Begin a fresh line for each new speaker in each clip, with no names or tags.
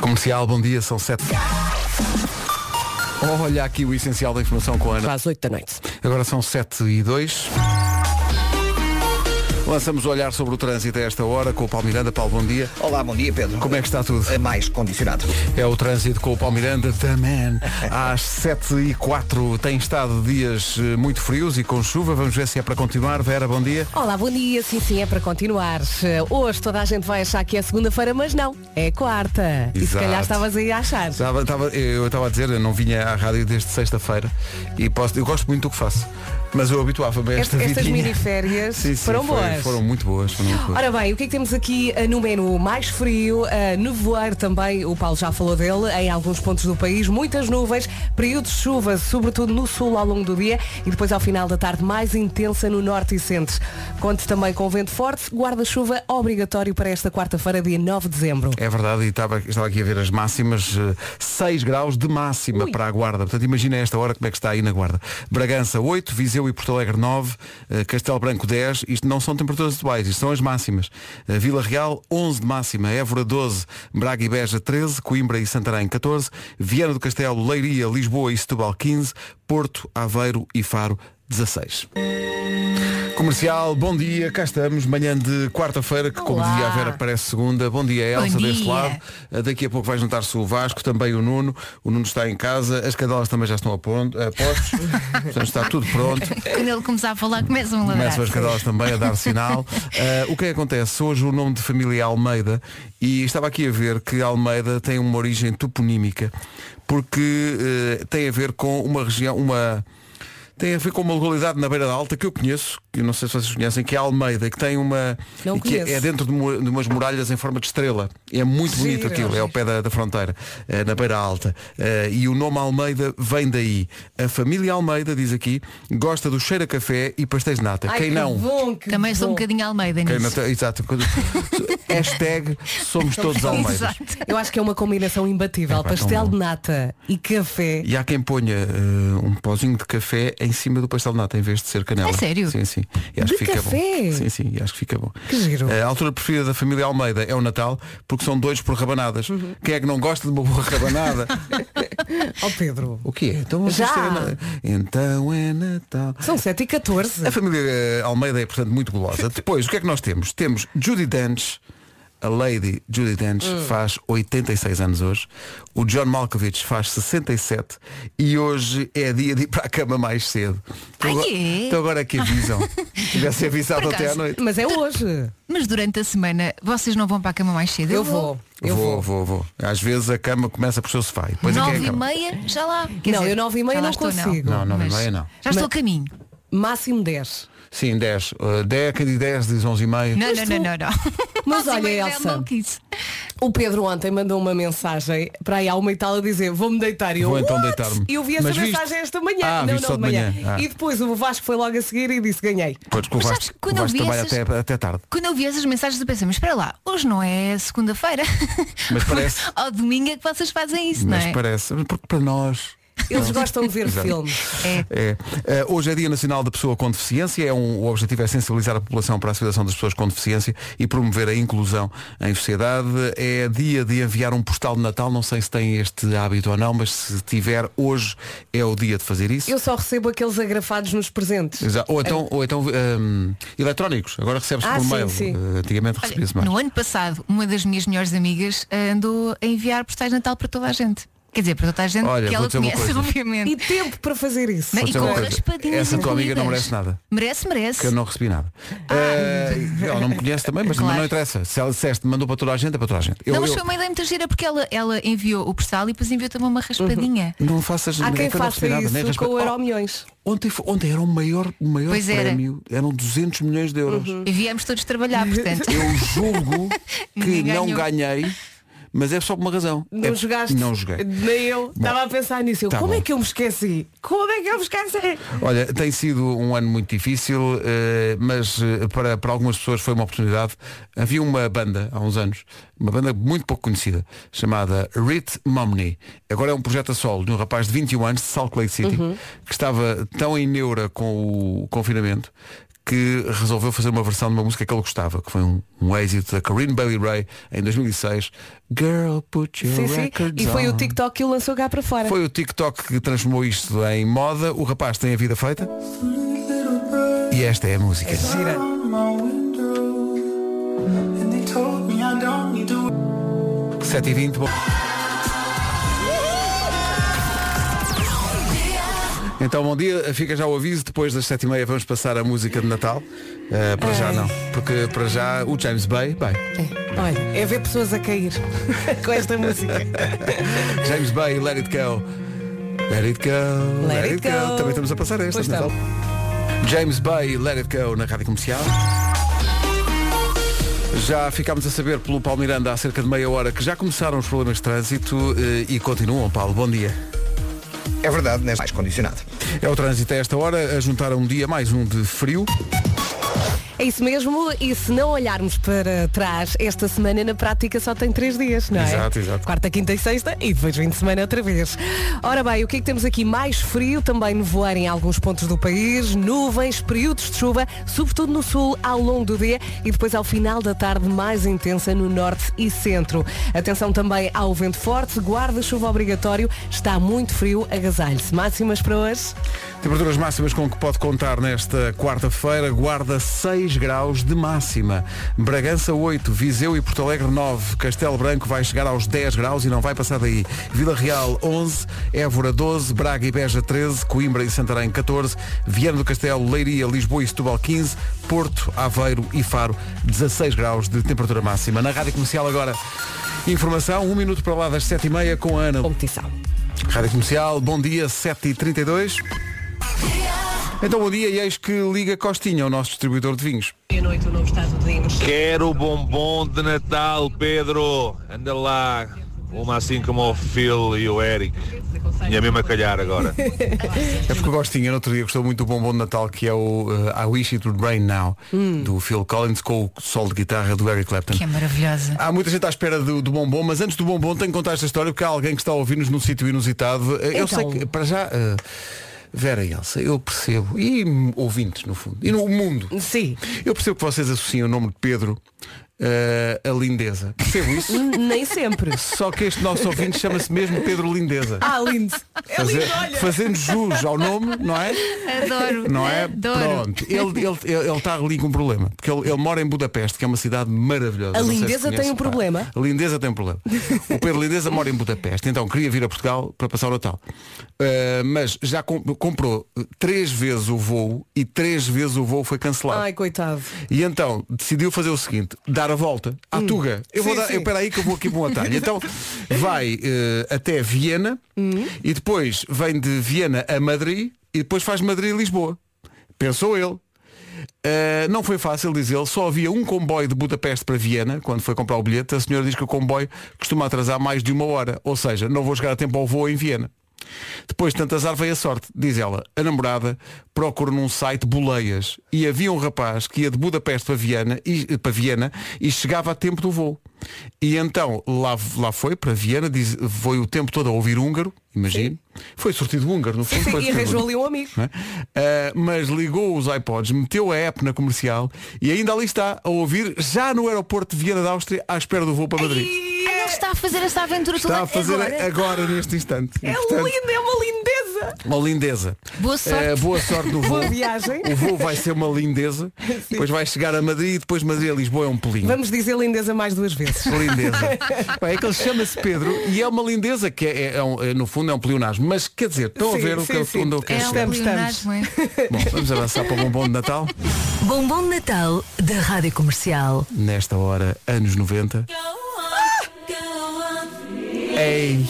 Comercial, bom dia, são sete. Olha aqui o essencial da informação com a Ana.
Às 8 da noite.
Agora são 7 e 2. Lançamos o olhar sobre o trânsito a esta hora com o Paulo Miranda. Paulo, bom dia.
Olá, bom dia, Pedro.
Como é que está tudo?
É mais condicionado.
É o trânsito com o Paulo Miranda, The Man. Às 7 e 4 tem estado dias eh, muito frios e com chuva. Vamos ver se é para continuar. Vera, bom dia.
Olá, bom dia. Sim, sim, é para continuar. Hoje toda a gente vai achar que é segunda-feira, mas não. É quarta. E se
Exato.
calhar estavas aí a achar.
Estava- estava- eu estava a dizer, eu não vinha à rádio desde sexta-feira e posso, eu gosto muito do que faço, mas eu habituava-me a esta
Est- Estas
vidinha.
miniférias
Sim, sim,
foram
foi-
boas.
Foram muito boas. Foram muito boas.
Ora bem, o que é que temos aqui eh, no menu? Mais frio, eh, nevoeiro também, o Paulo já falou dele, em alguns pontos do país, muitas nuvens, períodos de chuva, sobretudo no sul ao longo do dia e depois ao final da tarde mais intensa no norte e centro. Conte também com vento forte, guarda-chuva obrigatório para esta quarta-feira, dia 9 de dezembro.
É verdade, e estava, estava aqui a ver as máximas, 6 graus de máxima
Ui.
para a Guarda. Portanto, imagina a esta hora como é que está aí na Guarda. Bragança 8, Viseu e Porto Alegre 9, eh, Castelo Branco 10, isto não são temperaturas atuais, isto são as máximas. Eh, Vila Real 11 de máxima, Évora 12, Braga e Beja 13, Coimbra e Santarém 14, Viana do Castelo, Leiria, Lisboa e Setúbal 15, Porto, Aveiro e Faro 16. Comercial, bom dia, cá estamos, manhã de quarta-feira, que como
Olá.
dizia a Vera, parece segunda. Bom dia, É Elsa,
Bom
deste
dia.
lado. Uh, Daqui a pouco vai juntar-se o Vasco, também o Nuno. O Nuno está em casa, as cadelas também já estão a, ponto, a postos. Portanto, está tudo pronto.
Quando ele começar a falar, um
um
começam a ladrar.
Começam as cadelas também a dar sinal. Uh, o que é que acontece? Hoje o nome de família é Almeida e estava aqui a ver que Almeida tem uma origem toponímica porque uh, tem a ver com uma região, uma. Tem a ver com uma localidade na Beira da Alta que eu conheço, que eu não sei se vocês conhecem, que é Almeida, que tem uma.
Não
e que é-
conheço.
é dentro de, mu- de umas muralhas em forma de estrela. É muito bonito
Giro.
aquilo, é ao pé da, da fronteira, eh, na Beira Alta. Eh, e o nome Almeida vem daí. A família Almeida, diz aqui, gosta do cheiro a café e pastéis de nata.
Ai,
Quem
que
não?
bom, que
Também sou um
bom.
bocadinho Almeida
Quem
nisso.
não tem- exato. Quando- Hashtag somos
Então
todos Almeidas.
Exato.
Eu acho que é uma combinação imbatível.
É pá, tão
Pastel
bom.
de nata e café.
E há quem ponha eh, um pozinho de café em cima do pastel de nata em vez de ser canela.
É sério?
Sim, sim. E acho
De
que fica
café?
bom. Sim, sim, e acho que fica bom.
Que giro.
Eh, a altura preferida da família Almeida é o Natal, porque são dois por rabanadas.
Uhum.
Quem é que não gosta de uma boa rabanada?
Ó Pedro.
o que é? Então vamos
Já.
ter a na- Então é Natal.
São 7 e 14
A família eh, Almeida é, portanto, muito gulosa. Depois, o que é que nós temos? Temos Judy Dench. A Lady Judy Dench
Hum.
faz 86 anos hoje. O John Malkovich faz 67. E hoje é dia de ir para a cama mais cedo. Então,
Ai,
agora-
é?
então agora é que avisam. Se tivesse avisado
Por
até à
acaso,
noite.
Mas é hoje.
Mas durante a semana vocês não vão para a cama mais cedo?
Eu vou. Eu
vou,
vou.
vou, vou. Às vezes a cama começa por seu sofá. e Depois é que é a
Nove e
cama.
meia, já lá. Quer
Não,
dizer,
eu nove e meia
já lá
não
estou,
consigo.
Não, nove e
Mas
meia não.
Já estou a caminho.
Máximo 10.
Sim, 10. Uh, 10, quem diz 10 diz 11 e meia.
Não,
Mas
não,
tu-
não, não, não.
Mas
Nove e
olha,
meia já é
Elsa.
maluquice.
O Pedro ontem mandou uma mensagem para aí à uma e tal a dizer vou-me deitar e eu
Vou então
"What?"
deitar-me.
E eu vi essa
Mas viste?
mensagem esta manhã.
Ah,
não,
viste só
não,
de manhã. Ah.
E depois o Vasco foi logo a seguir e disse ganhei.
Pois, que o
Mas
Vasco,
sabes que quando
o Vasco
eu vi
trabalha
essas-
até, até tarde.
Quando eu vi essas mensagens eu pensei, mas espera lá, hoje não é segunda-feira.
Mas parece.
Ao domingo é que vocês fazem isso,
Mas
não é?
parece. Porque para nós.
Eles gostam de ver
Exato.
filmes.
É.
É. Eh, hoje é Dia Nacional da Pessoa com Deficiência. É um, o objetivo é sensibilizar a população para a situação das pessoas com deficiência e promover a inclusão em sociedade. É dia de enviar um postal de Natal. Não sei se tem este hábito ou não, mas se tiver, hoje é o dia de fazer isso.
Eu só recebo aqueles agrafados nos presentes.
Exa- Ou então, ou então hum, eletrónicos. Agora recebes
Ah,
por
sim,
mail.
sim.
Eh, antigamente
Olha,
recebia-se mais.
no ano passado, uma das minhas melhores amigas eh, andou a enviar postais de Natal para toda a gente. Quer dizer, para toda a gente
Olha,
que
vou
ela
dizer uma
conhece,
coisa.
obviamente.
E tempo para fazer isso.
Não,
Vou
e
dizer
com
uma coisa.
raspadinhas
Essa tua amiga não
incluídas.
merece nada.
Merece, merece.
que eu não recebi nada. Eh, ela não me conhece também, mas
Ah. Claro.
não interessa. Se ela disseste, mandou para toda a gente, é para toda a gente. Eu-
Não, mas
eu-
foi uma ideia muito gira porque ela, ela enviou o postal e depois enviou também uma raspadinha.
não faças
Há quem
é que eu não
faça
recebi nada,
isso
nem
com
respeito.
o
Oh,
Euro Milhões.
Ontem, foi- ontem era o maior, o maior
Pois era.
prémio, eram 200 milhões de euros.
Uhum.
E viemos todos trabalhar, portanto.
Eu julgo que
Ninguém
não
ganhou.
ganhei, mas é só por uma razão.
Não
É-
jogaste?
Não joguei.
Nem eu. Estava a pensar nisso. Eu,
Tá
como
bom.
é que eu me esqueci? Como é que eu me esqueci?
Olha, tem sido um ano muito difícil, eh, mas eh, para, para algumas pessoas foi uma oportunidade. Havia uma banda há uns anos, uma banda muito pouco conhecida, chamada Rit Momney. Agora é um projeto a solo de um rapaz
Uhum.
de 21 anos de Salt Lake City, que estava tão em neura com o confinamento que resolveu fazer uma versão de uma música que ele gostava, que foi um, um êxito da Corinne Bailey Ray em 2006. Girl, put your
Sim, sim.
records
E foi o
on.
TikTok que o lançou cá para fora.
é Foi o TikTok que transformou isto em moda. O rapaz tem a vida feita. E esta é a música.
Gira.
Sim,
7h20. Bom... Então, bom dia. Fica já o aviso. Depois das 7h30 vamos passar a música de Natal. Eh, para já não. Porque para já o James Bay. Bem,
É. Olha, é ver pessoas a cair com esta música.
James Bay, let it go. Let it go.
Let it go.
Também estamos a passar esta
Pois
de Natal. James Bay, let it go na rádio comercial. Já ficámos a saber pelo Paulo Miranda há cerca de meia hora que já começaram os problemas de trânsito eh, e continuam, Paulo. Bom dia.
É verdade, nesta mais condicionado.
É o trânsito a esta hora, a juntar a um dia mais um de frio.
É isso mesmo, e se não olharmos para trás, esta semana na prática só tem três dias, não é?
Exato, exato.
Quarta, quinta e sexta e depois vim de semana outra vez. Ora bem, o que é que temos aqui? Mais frio, também nevoar em alguns pontos do país, nuvens, períodos de chuva, sobretudo no sul ao longo do dia e depois ao final da tarde mais intensa no norte e centro. Atenção também ao vento forte, guarda-chuva obrigatório, está muito frio, agasalhe-se. Máximas para hoje?
Temperaturas máximas com que pode contar nesta quarta-feira. Guarda 6 graus de máxima. Bragança 8, Viseu e Porto Alegre 9. Castelo Branco vai chegar aos 10 graus e não vai passar daí. Vila Real 11, Évora 12, Braga e Beja 13, Coimbra e Santarém 14, Viana do Castelo, Leiria, Lisboa e Setúbal 15, Porto, Aveiro e Faro 16 graus de temperatura máxima. Na Rádio Comercial agora, informação, um minuto para lá das 7h30 com a Ana.
Competição.
Rádio Comercial, bom dia, 7h32. Então bom dia e eis que liga Costinha, o nosso distribuidor de vinhos.
Boa noite, o novo estado de
Quero bombom de Natal, Pedro. Anda lá. Uma assim como o Phil e o Eric. Tinha mesmo a calhar agora.
É porque o Costinha no outro dia gostou muito do bombom de Natal que é o eh, I Wish It Would Rain Now, do Phil Collins com o solo de guitarra do Eric Clapton.
Hum. Que é maravilhosa.
Há muita gente à espera do, do bombom, mas antes do bombom tenho que contar esta história porque há alguém que está a ouvir-nos num sítio inusitado. Eh, Eu sei
Então.
que, para já, eh, Vera e Elsa, eu percebo, e hum, ouvintes no fundo, e no mundo,
Sim.
eu percebo que vocês associam o nome de Pedro eh, a lindeza. Percebo isso?
Nem sempre.
Só que este nosso ouvinte chama-se mesmo Pedro Lindeza.
Ah, lindo. É lindo,
Fazer-
olha.
fazendo jus ao nome, não é?
Adoro.
Não é?
Adoro.
Pronto. Ele está ele, ele está ali com um problema. Porque ele, ele mora em Budapeste, que é uma cidade maravilhosa.
A
Não sei se
Lindeza tem
conhece,
um
pá.
problema?
A Lindeza tem um problema. O Pedro Lindeza mora em Budapeste, então queria vir a Portugal para passar o Natal. Ah, mas já com- comprou três vezes o voo e três vezes o voo foi cancelado.
Ai, coitado.
E então decidiu fazer o seguinte, dar a volta à Tuga. Eu vou
Hum. Sim,
dar,
sim.
eu, peraí que eu vou aqui para um atalho. Então vai eh, até Viena
Hum.
e depois vem de Viena a Madrid e depois faz Madrid a Lisboa. Pensou ele. Eh, não foi fácil, diz ele, só havia um comboio de Budapeste para Viena, quando foi comprar o bilhete, a senhora diz que o comboio costuma atrasar mais de uma hora, ou seja, não vou chegar a tempo ao voo em Viena. Depois de tanto azar veio a sorte, diz ela. A namorada procura num site boleias e havia um rapaz que ia de Budapeste para Viena e, para Viena, e chegava a tempo do voo. E então lá, lá foi para Viena, diz, foi o tempo todo a ouvir húngaro, imagino. Foi sortido húngaro, no fundo.
Sim,
foi
e
sortido
arranjou
húngaro.
ali um amigo.
Não é? Ah, mas ligou os iPods, meteu a app na comercial e ainda ali está a ouvir já no aeroporto de Viena da Áustria à espera do voo para Madrid.
Ah, Ele está a fazer esta aventura
Está
toda
é
a fazer
agora.
agora, neste instante. E,
É
portanto,
lindo, é uma lindeza.
uma lindeza.
Boa sorte.
Eh, boa sorte no voo.
Boa viagem.
O voo vai ser uma lindeza. Depois vai chegar a Madrid, depois Madrid a Lisboa é um pulinho.
Vamos dizer lindeza mais duas vezes.
Lindeza. Bem, é que ele chama-se Pedro e é uma lindeza que é, é um- é, no fundo é um pleonasmo. Mas quer dizer, estão
Sim,
a ver o que
sim,
eu-
sim.
onde eu quero
É um
chegar.
Estamos,
pleonasmo, é?
Bom, vamos avançar para o bombom de Natal.
Bombom de Natal da Rádio Comercial.
Nesta hora, anos 90.
É
Ah!
Ei!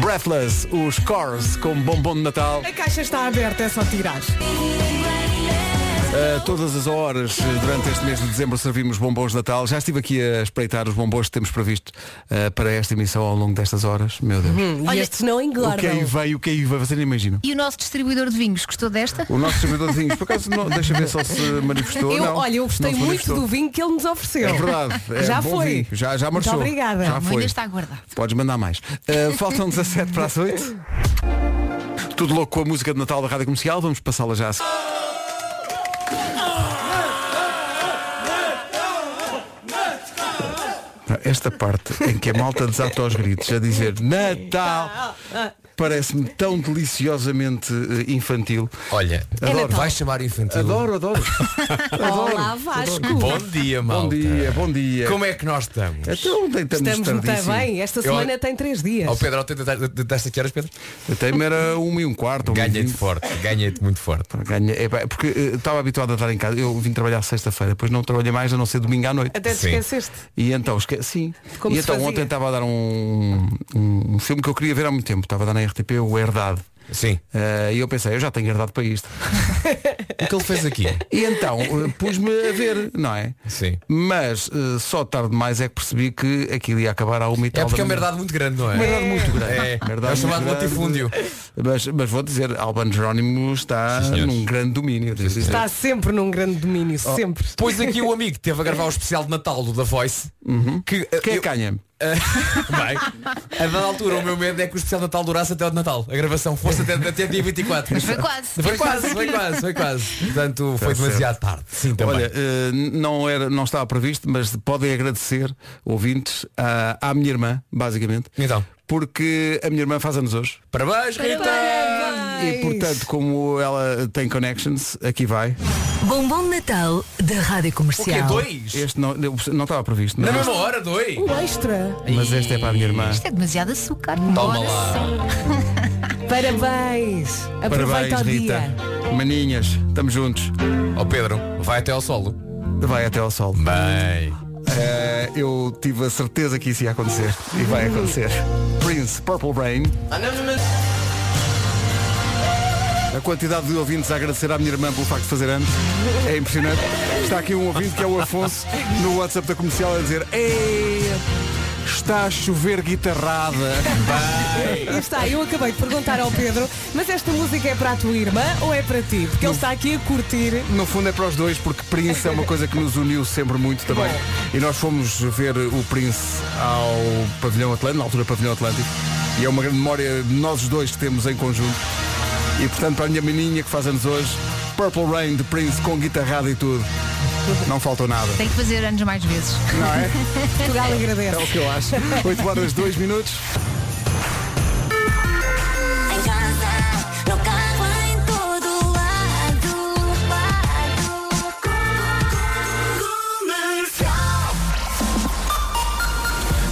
Breathless, os Cores com bombom de Natal.
A caixa está aberta, é só tirar.
A Eh, todas as horas, eh, durante este mês de dezembro, servimos bombons de Natal. Já estive aqui a espreitar os bombons que temos previsto eh, para esta emissão ao longo destas horas. Meu Deus.
E estes
Uhum.
não
o que é
engordam.
aí veio, o que aí veio, vocês não imaginam.
E o nosso distribuidor de vinhos gostou desta?
O nosso servidor de vinhos, por acaso, não, deixa ver se ele se manifestou.
Eu,
não,
olha, eu gostei
não se
muito
manifestou.
do vinho que ele nos ofereceu.
É verdade. é
já
bom
foi.
vinho, Já, já
Muito
marchou.
obrigada.
Já
Não,
foi.
ainda está a guardar.
Podes mandar mais. Uh, faltam 17 para as 8. Tudo louco com a música de Natal da Rádio Comercial. Vamos passá-la já. a se- Ah, esta parte em que a malta desata aos gritos a dizer
Ah.
Natal parece-me tão deliciosamente eh, infantil.
Olha,
Natal.
vais chamar infantil.
Adoro, adoro. adoro.
Olá, Vasco.
Bom dia, malta.
Bom dia, bom dia.
Como é que nós estamos?
Então deitamos
Estamos muito
tardíssimo.
bem. Esta
Eu-
semana é tem três dias.
Ó Pedro, tentaste aqui horas, Pedro?
Até era um e um quarto. um e
Ganhei-te
vinte.
forte, ganhei-te muito forte.
Ganha, é, pá, porque eh, estava habituado a estar em casa. Eu vim trabalhar sexta-feira, depois não trabalhei mais a não ser domingo à noite.
Até te
Sim.
esqueceste.
E então esqueci. Sim.
Como
e
se
então
fazia.
ontem estava a dar um, um filme que eu queria ver há muito tempo. Estava a dar na RTP o Herdade.
Sim.
Eh, e eu pensei, eu já tenho herdade para isto.
O que ele fez aqui?
E então eh, pus-me a ver, não é?
Sim.
Mas eh, só tarde demais é que percebi que aquilo ia acabar à uma e
É
tal
porque é
da
uma
manhã.
verdade muito grande, não é?
Uma herdade muito grande.
É,
Herdade
é o chamado
muito grande.
latifúndio.
Mas, mas vou dizer, Albano Jerónimo está
Sim, senhores.
num grande domínio. devo dizer.
Está sempre num grande domínio,
Oh,
sempre.
Pois aqui o amigo que teve a gravar o especial de Natal do da Voice. Que, uh,
Quem é
eu-
que ganha?
Bem, a dada altura o meu medo é que o especial de Natal durasse até o de Natal. A gravação fosse até, até dia 24.
Mas foi quase.
Foi quase, foi quase, foi quase. Portanto, foi
certo.
demasiado tarde. Sim, também.
Olha, eh, não, era, não estava previsto, mas podem agradecer, ouvintes, à, à minha irmã, basicamente.
Então.
Porque a minha irmã faz anos hoje.
Parabéns, Rita!
E portanto, como ela tem connections, aqui vai.
Bombom de Natal da Rádio
O quê?
Comercial.
Dois?
Este não, eu- não estava previsto,
Na
mas,
mesma hora, dois?
Um extra.
mas este é para a minha irmã.
Isto é demasiado açúcar.
Toma
Ora
lá.
só.
Parabéns. Aproveita
Parabéns,
o
Rita.
dia.
Maninhas, estamos juntos.
Ó Pedro, vai até ao solo.
Vai até ao sol.
Bem.
Eh, eu tive a certeza que isso ia acontecer. E vai acontecer. Prince Purple Rain. A quantidade de ouvintes a agradecer à minha irmã pelo facto de fazer anos é impressionante. Está aqui um ouvinte que é o Afonso no WhatsApp da comercial a dizer Ei, está a chover guitarrada.
E está, eu acabei de perguntar ao Pedro, mas esta música é para a tua irmã ou é para ti? Porque ele está aqui a curtir.
No fundo é para os dois, porque Prince é uma coisa que nos uniu sempre muito também. E nós fomos ver o Prince ao Pavilhão Atlântico, na altura Pavilhão Atlântico, e é uma grande memória de nós os dois que temos em conjunto. E portanto, para a minha menina que faz anos hoje, Purple Rain de Prince com guitarrada e tudo. Não faltou nada.
Tem que fazer anos mais vezes.
Não é?
Portugal agradece.
É o que eu acho. 8 horas, 2 minutos.
Em casa, no carro, em todo lado. lado. Comercial.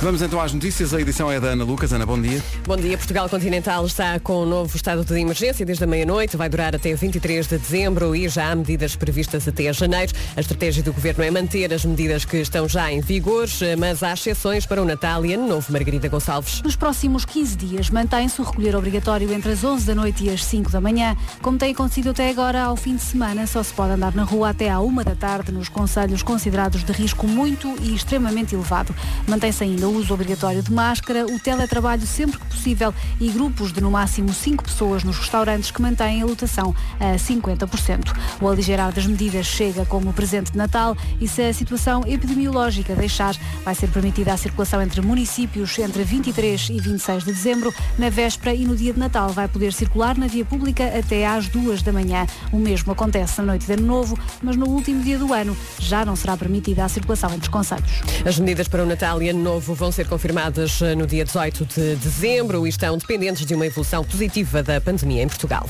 Vamos então às notícias. A edição é da Ana Lucas. Ana, bom dia.
Bom dia, Portugal Continental está com um novo estado de emergência desde a meia-noite, vai durar até 23 de dezembro e já há medidas previstas até janeiro. A estratégia do governo é manter as medidas que estão já em vigor, mas há exceções para o Natal e Ano Novo. Margarida Gonçalves.
Nos próximos 15 dias mantém-se o recolher obrigatório entre as 11 da noite e as 5 da manhã. Como tem acontecido até agora, ao fim de semana só se pode andar na rua até à 1 da tarde nos conselhos considerados de risco muito e extremamente elevado. Mantém-se ainda o uso obrigatório de máscara, o teletrabalho sempre que possível e grupos de no máximo 5 pessoas nos restaurantes que mantêm a lotação a 50%. O aligerar das medidas chega como presente de Natal e se a situação epidemiológica deixar, vai ser permitida a circulação entre municípios entre 23 e 26 de dezembro. Na véspera e no dia de Natal vai poder circular na via pública até às 2 da manhã. O mesmo acontece na noite de Ano Novo, mas no último dia do ano já não será permitida a circulação entre os conselhos.
As medidas para o Natal e Ano Novo vão ser confirmadas eh, no dia 18 de dezembro e estão dependentes de uma evolução positiva da pandemia em Portugal.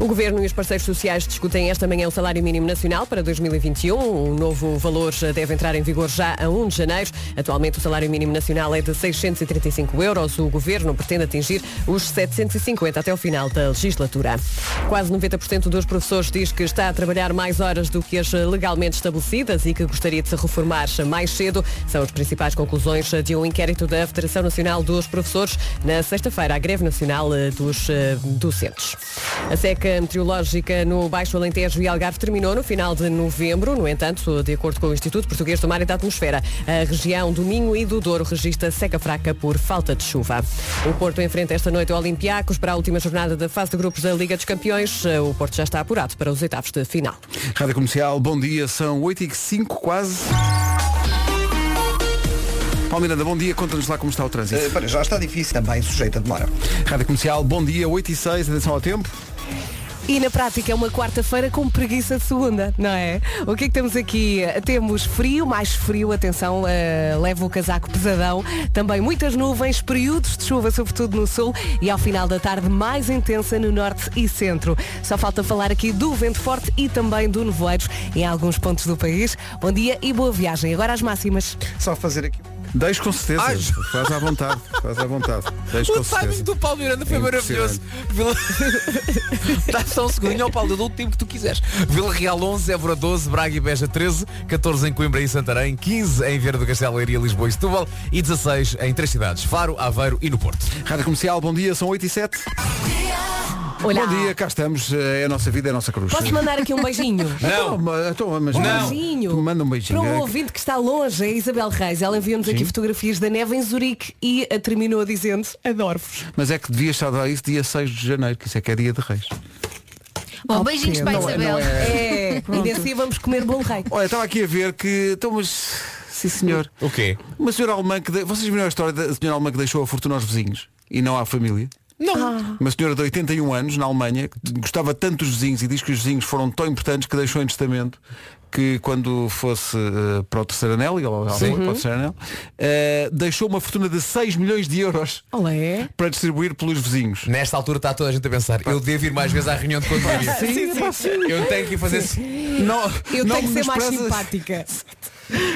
O Governo e os parceiros sociais discutem esta manhã o salário mínimo nacional para 2021. O um. novo valor eh, deve entrar em vigor já a 1 de janeiro. Atualmente o salário mínimo nacional é de 635 euros. O Governo pretende atingir os 750 até o final da legislatura. Quase 90% dos professores diz que está a trabalhar mais horas do que as legalmente estabelecidas e que gostaria de se reformar mais cedo. São as principais conclusões de um inquérito da Federação Nacional dos Professores na sexta-feira, à greve nacional eh, dos eh, docentes. A seca meteorológica no Baixo Alentejo e Algarve terminou no final de novembro. No entanto, de acordo com o Instituto Português do Mar e da Atmosfera, a região do Minho e do Douro registra seca fraca por falta de chuva. O Porto enfrenta esta noite o Olympiacos para a última jornada da fase de grupos da Liga dos Campeões. Eh, O Porto já está apurado para os oitavos de final.
Rádio Comercial, bom dia, são 8 e 5 quase. Paulo Miranda, bom dia, conta-nos lá como está o trânsito.
Eh, para já está difícil, também sujeita a demora.
Rádio Comercial, bom dia, 8 e 6, atenção ao tempo.
E na prática é uma quarta-feira com preguiça de segunda, não é? O que é que temos aqui? Temos frio, mais frio, atenção, eh, leva o casaco pesadão. Também muitas nuvens, períodos de chuva, sobretudo no sul, e ao final da tarde mais intensa no norte e centro. Só falta falar aqui do vento forte e também do nevoeiros em alguns pontos do país. Bom dia e boa viagem. Agora as máximas.
Só fazer aqui.
Deixo com certeza.
Ai.
Faz à vontade. Faz à vontade. Deixo com
O timing
certeza.
do Paulo Miranda foi
É
maravilhoso. Vila... Dá só um segundinho ao Paulo, eu dou o tempo que tu quiseres. Vila Real 11, Évora 12, Braga e Beja 13, 14 em Coimbra e Santarém, 15 em Vieira do Castelo, Leiria, Lisboa e Setúbal e 16 em três cidades, Faro, Aveiro e no Porto.
Rádio Comercial, bom dia, são 8 e 7. Bom dia, cá estamos. É a nossa vida, é a nossa cruz.
Posso mandar aqui um beijinho?
Não, mas- então, mas
Um
não.
beijinho.
Tu Manda um
Para
beijinho.
um
É que-
ouvinte que está longe, a Isabel Reis, ela enviou-nos aqui
Sim.
fotografias da neve em Zurique e eh, terminou dizendo adoro-vos.
Mas é que devia estar a dar isso dia 6 de janeiro, que isso é que é dia de reis.
Bom,
Oh,
beijinhos para a
Pedro.
Isabel.
É, e assim vamos comer bolo rei.
Olha, estava aqui a ver que. Então, mas. Sim, senhor.
O quê?
Uma senhora alemã que. de- Vocês viram a história da senhora alemã que deixou a fortuna aos vizinhos e não à família?
Ah.
Não.
Uma senhora de 81 anos, na Alemanha, que gostava tanto dos vizinhos e diz que os vizinhos foram tão importantes que deixou em testamento que quando fosse eh, para o terceiro anel, e ela ela foi
Sim.
Uhum.
para o terceiro anel, eh, deixou uma fortuna de 6 milhões de euros
Olé.
para distribuir pelos vizinhos.
É? Nesta altura está toda a gente a pensar, eu devo ir mais vezes à reunião de condomínio.
Sim, sim, pá, sim.
Eu tenho que ir fazer assim.
Não,
Eu
não
tenho que
me
ser mais
desprezes.
simpática.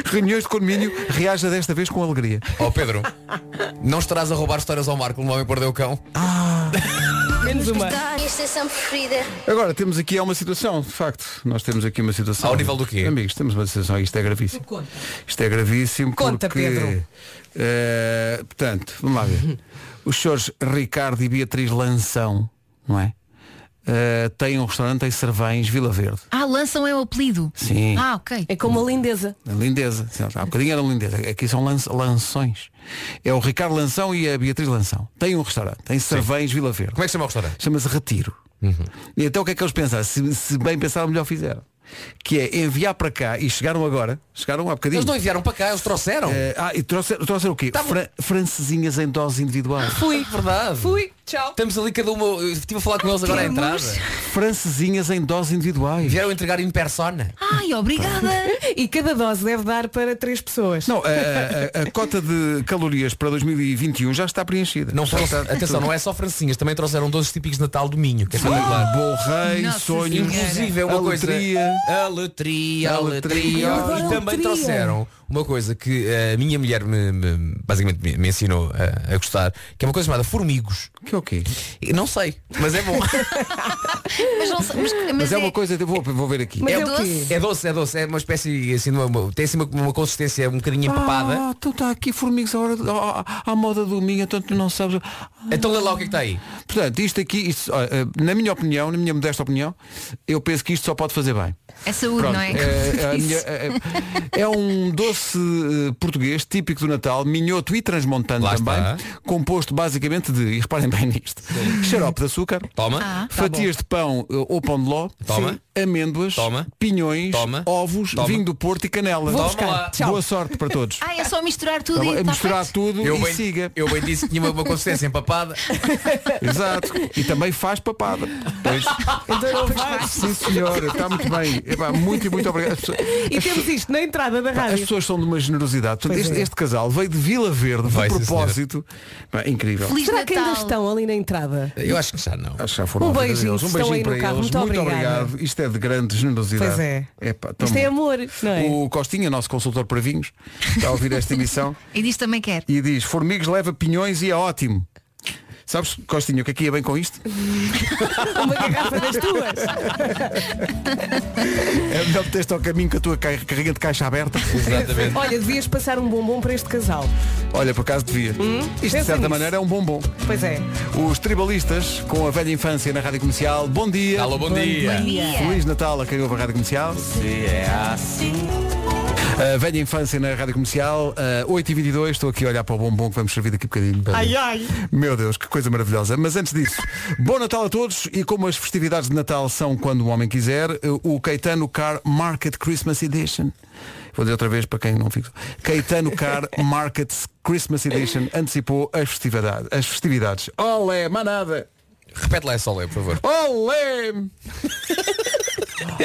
Reuniões de condomínio, reaja desta vez com alegria.
Ó Pedro, não estarás a roubar histórias ao Marco, um homem perdeu o cão.
Menos uma.
Minha
é
estação preferida.
Agora, temos aqui é uma situação, de facto. Nós temos aqui uma situação.
Ao nível do quê?
Amigos, temos uma situação, isto é gravíssimo. Isto é gravíssimo.
Conta,
porque,
Pedro.
eh, portanto, vamos lá ver. Os senhores Ricardo e Beatriz Lanção, não é? Eh, têm um restaurante em Cervães, Vila Verde.
Ah, lançam é o apelido.
Sim.
Ah, ok.
É como a lindeza.
A lindeza. Sim, Há bocadinho era lindeza. Aqui são lan- lanções. É o Ricardo Lanção e a Beatriz Lanção. Têm um restaurante em Cervães, Vila Verde.
Como é que se chama o restaurante? Uhum.
chama-se Retiro. E então o que é que eles pensaram? Se, se bem pensaram, melhor fizeram. Que é enviar para cá, e chegaram agora, chegaram há bocadinho.
Eles não enviaram para cá, eles trouxeram.
Eh, ah, e trouxeram, trouxeram o quê?
Estavam-
Fra- francesinhas em dose individual.
Fui. Verdade.
Fui, tchau.
Estamos ali cada uma. eu Estive a falar com eles agora à entrada.
francesinhas em dose individuais.
Vieram entregar em persona.
Ai, obrigada.
E cada dose deve dar para três pessoas.
Não, eh, a, Oh, a- a cota de calorias para 2021 já está preenchida.
Não
já
foram,
está,
atenção, não é só francinhas, também trouxeram doces típicos de Natal do Minho. Que é espetacular.
Bom rei,
Nossa
sonhos.
Senhora.
Inclusive é uma
Aletria.
coisa. Aletria, aletria.
Aletria.
Adoro
E também
aletria.
trouxeram uma coisa que eh, a minha mulher me, me- basicamente me, me ensinou eh, a gostar, que é uma coisa chamada formigos.
Que é o quê?
E Não sei, mas é bom.
Mas, não, sei- mas, mas
Mas é
é
uma coisa, eu vou, vou ver aqui.
Mas
é
é, o
doce?
quê?
é doce, é doce, é uma espécie assim, de uma- uma- tem assim uma, uma consistência um bocadinho empapada.
Ah, então está aqui formigos à, hora, à, à moda do domingo, então tu não sabes.
Então lê lá o que é que está aí.
Portanto, isto aqui, isto, ó, eh, na minha opinião, na minha modesta opinião, eu penso que isto só pode fazer bem.
É saúde, não é?
é, é a minha- é- é- é um doce eh, português típico do Natal, minhoto e transmontano
Lá
também,
está.
composto basicamente de, e reparem bem nisto, xarope de açúcar,
Toma.
Ah. tá
fatias de pão eh, ou pão de ló,
Toma.
sim, amêndoas,
Toma.
pinhões,
Toma.
ovos,
Toma.
vinho do Porto e canela.
Vou Toma buscar. lá. Tchau.
Boa sorte para todos.
Ah, é só misturar tudo
Tá bom?
e
É
tá
misturar
feito.
tudo
Eu
e
bem,
siga.
eu bem disse que tinha uma, uma consistência empapada.
Exato. E também faz papada. Pois.
Então
Então Sim, senhora. Está muito bem. Epá, muito e muito obrigado. As pessoas,
E temos isto na entrada da
pá, as
rádio.
pessoas são de uma generosidade. Portanto,
Pois
este,
é.
este casal veio de Vila Verde
Vai,
de
sim,
propósito. Pá, incrível.
Feliz
Será
Natal.
que ainda estão ali na entrada?
Eu acho que já não.
Acho que já foram
Um
à vida
beijinho,
deles. Um
estão
beijinho
aí no
para
carro.
eles.
Muito obrigada.
obrigado. Isto é de grande generosidade.
Pois é.
Epá, tão
Isto é
bom.
amor, não é?
O Costinha, nosso consultor para vinhos, está a ouvir esta emissão.
E diz também quer.
e diz Formigos leva pinhões e é ótimo. Sabes, Costinho, o que aqui é bem com isto?
Uma garrafa das tuas.
É melhor meter-te ao caminho com a tua ca- carrinha de caixa aberta.
Exatamente.
Olha, devias passar um bombom para este casal.
Olha, por acaso devia. Isto,
pensa
de certa
nisso.
maneira, é um bombom.
Pois é.
Os tribalistas, com a velha infância na Rádio Comercial, bom dia.
Alô, bom dia.
Feliz Natal a quem ouve a Rádio Comercial.
é assim.
A velha infância na Rádio Comercial, eh, 8h22, estou aqui a olhar para o bombom que vamos servir daqui a bocadinho. Ai, ai. Meu Deus, que coisa maravilhosa. Mas antes disso, bom Natal a todos e como as festividades de Natal são quando o homem quiser, eh, o Caetano Car Market Christmas Edition. Vou dizer outra vez para quem não fica. Caetano Car Market Christmas Edition antecipou as festividades. As festividades. Olé, manada!
Repete lá essa olé, por favor.
Olé!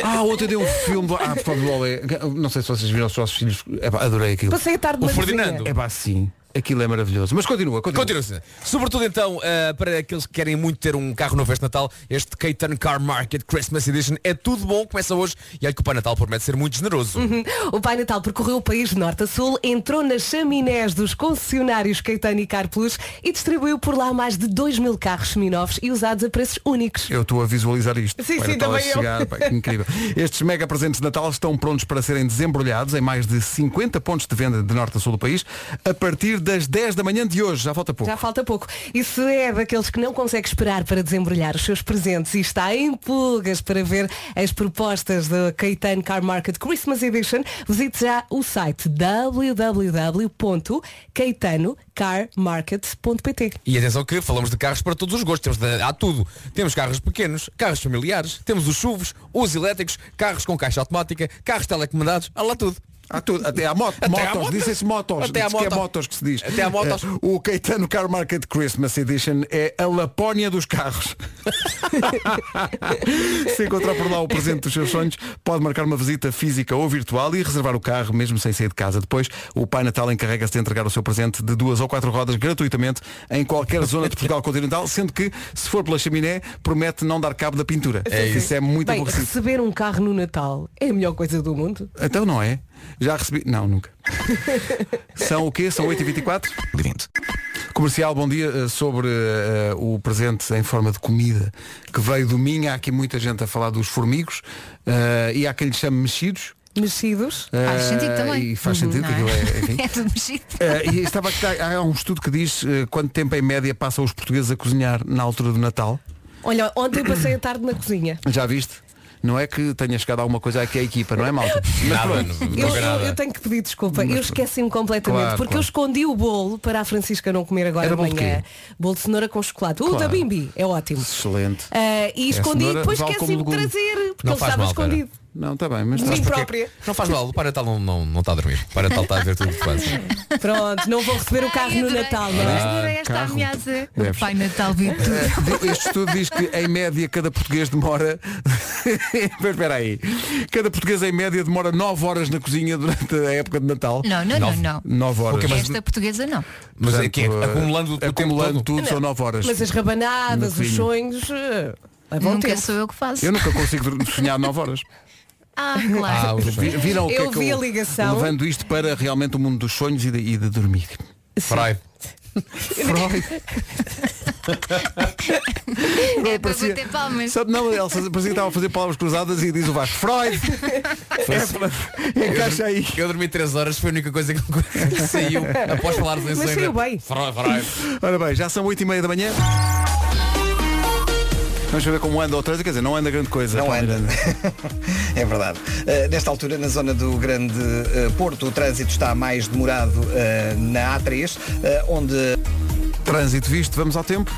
Ah, ontem deu um filme do... Ah, por favor, do Olé. Não sei se vocês viram os vossos filhos. Epá, adorei aquilo.
Passei a tarde
O
na
Ferdinando.
cozinha.
Epá, sim. Aquilo é maravilhoso. Mas continua, continua.
Continua-se. Sobretudo então, eh, para aqueles que querem muito ter um carro novo este Natal, este Caterham Car Market Christmas Edition é tudo bom, começa hoje e olha que o Pai Natal promete ser muito generoso.
Uhum. O Pai Natal percorreu o país de norte a sul, entrou nas chaminés dos concessionários Caetano e Car Plus e distribuiu por lá mais de 2 mil carros seminovos e usados a preços únicos.
Eu estou a visualizar isto.
Sim,
Pai
sim,
Natal a
também eu.
chegar, pá, que incrível. Estes mega presentes de Natal estão prontos para serem desembrulhados em mais de 50 pontos de venda de norte a sul do país a partir das 10 da manhã de hoje. Já falta pouco.
Já falta pouco. E se é daqueles que não consegue esperar para desembrulhar os seus presentes e está em pulgas para ver as propostas do Caetano Car Market Christmas Edition, visite já o site www.caetanocarmarket.pt
E atenção que falamos de carros para todos os gostos, temos de- há tudo. Temos carros pequenos, carros familiares, temos os chuvos, os elétricos, carros com caixa automática, carros telecomandados, há lá tudo.
Há tudo, até há moto,
Até há
motos,
motos.
dizem-se motos,
Até há
diz que é
moto.
motos que se diz.
Até há motos.
Eh, O Caetano Car Market Christmas Edition é a Lapónia dos carros. se encontrar por lá o presente dos seus sonhos, pode marcar uma visita física ou virtual e reservar o carro mesmo sem sair de casa. Depois, o Pai Natal encarrega-se de entregar o seu presente de duas ou quatro rodas gratuitamente em qualquer zona de Portugal continental, sendo que, se for pela chaminé, promete não dar cabo da pintura.
Sim, sim.
isso é muito
Bem,
aborrecido.
receber um carro no Natal é a melhor coisa do mundo.
Então não é? Já recebi. Não, nunca. São o quê? São 8h24? 20. Comercial, bom dia. eh, Sobre eh, o presente em forma de comida que veio do Minho, há aqui muita gente a falar dos formigos eh, e há quem lhe chame mexidos.
Mexidos.
Faz
eh,
sentido também.
E faz sentido, que
Não
aquilo
é?
é, enfim.
É tudo mexido.
Eh, e estava aqui, há há um estudo que diz eh, quanto tempo em média passam os portugueses a cozinhar na altura do Natal.
Olha, ontem passei a tarde na cozinha.
Já viste? Não é que tenha chegado alguma coisa aqui à equipa, não é malta?
Nada,
pronto.
não-
Eu,
não vê
eu-
nada.
eu tenho que pedir desculpa, eu esqueci-me completamente,
Claro,
porque
claro.
eu escondi o bolo para a Francisca não comer agora
Era
de
bolo de
manhã.
quê?
Bolo de cenoura com chocolate. O da
Claro.
Bimbi, é ótimo.
Excelente.
Ah, e
É,
escondi e
cenoura
depois
vale como
esqueci-me de
legume.
assim, trazer, porque
Não
ele
faz
estava
mal, Vera.
escondido.
Não, está bem, mas
De mim
sabes porquê?
própria.
Não faz mal, o Pai Natal não, não, não está a dormir. O Pai Natal está a ver tudo de quase.
Pronto, não vou receber o carro
Ai,
no
adorei.
Natal, não é?
Adorei esta
carro.
ameaça.
Deves.
O Pai Natal viu tudo.
Di- É, Este estudo diz que em média cada português demora. Mas Espera aí. Cada português em média demora 9 horas na cozinha durante a época de Natal.
Não, não, não,
Nove.
não.
9 horas.
Ok, mas-
Esta portuguesa não.
Mas é que é
Portanto, eh,
acumulando o tempo
acumulando
todo.
tudo são 9 horas.
Mas as rabanadas,
No
os
fim.
sonhos. eh, levam
Nunca
tempo.
sou eu que faço.
Eu nunca consigo dur- sonhar 9 horas.
Ah,
Ah,
claro.
os
Vi- Viram o que
Eu
é que
vi a ligação.
Levando isto para realmente o mundo dos sonhos e de, e de dormir.
Freud.
Freud.
é para bater palmas.
Sabe, não, Elsa parecia que estava a fazer palavras cruzadas e diz o Vasco, Freud! É, pra- encaixa aí.
assim. Eu dormi 3 horas, foi a única coisa que que saiu após falar do
Mas saiu bem.
Freud, Freud.
Ora bem, já são 8 e meia da manhã. Vamos ver como anda o trânsito, quer dizer, não anda grande coisa.
Não
Paulo
anda.
Miranda.
é verdade. Eh, nesta altura, na zona do Grande eh, Porto, o trânsito está mais demorado eh, na A3, eh, onde
Trânsito visto, vamos ao tempo.